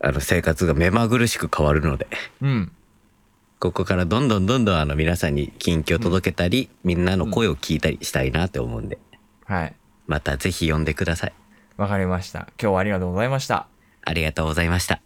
[SPEAKER 2] あの生活が目まぐるしく変わるので
[SPEAKER 1] うん
[SPEAKER 2] ここからどんどんどんどんあの皆さんに近況届けたり、みんなの声を聞いたりしたいなって思うんで、
[SPEAKER 1] はい
[SPEAKER 2] またぜひ呼んでください。
[SPEAKER 1] わかりました今日はありがとうございました
[SPEAKER 2] ありがとうございました。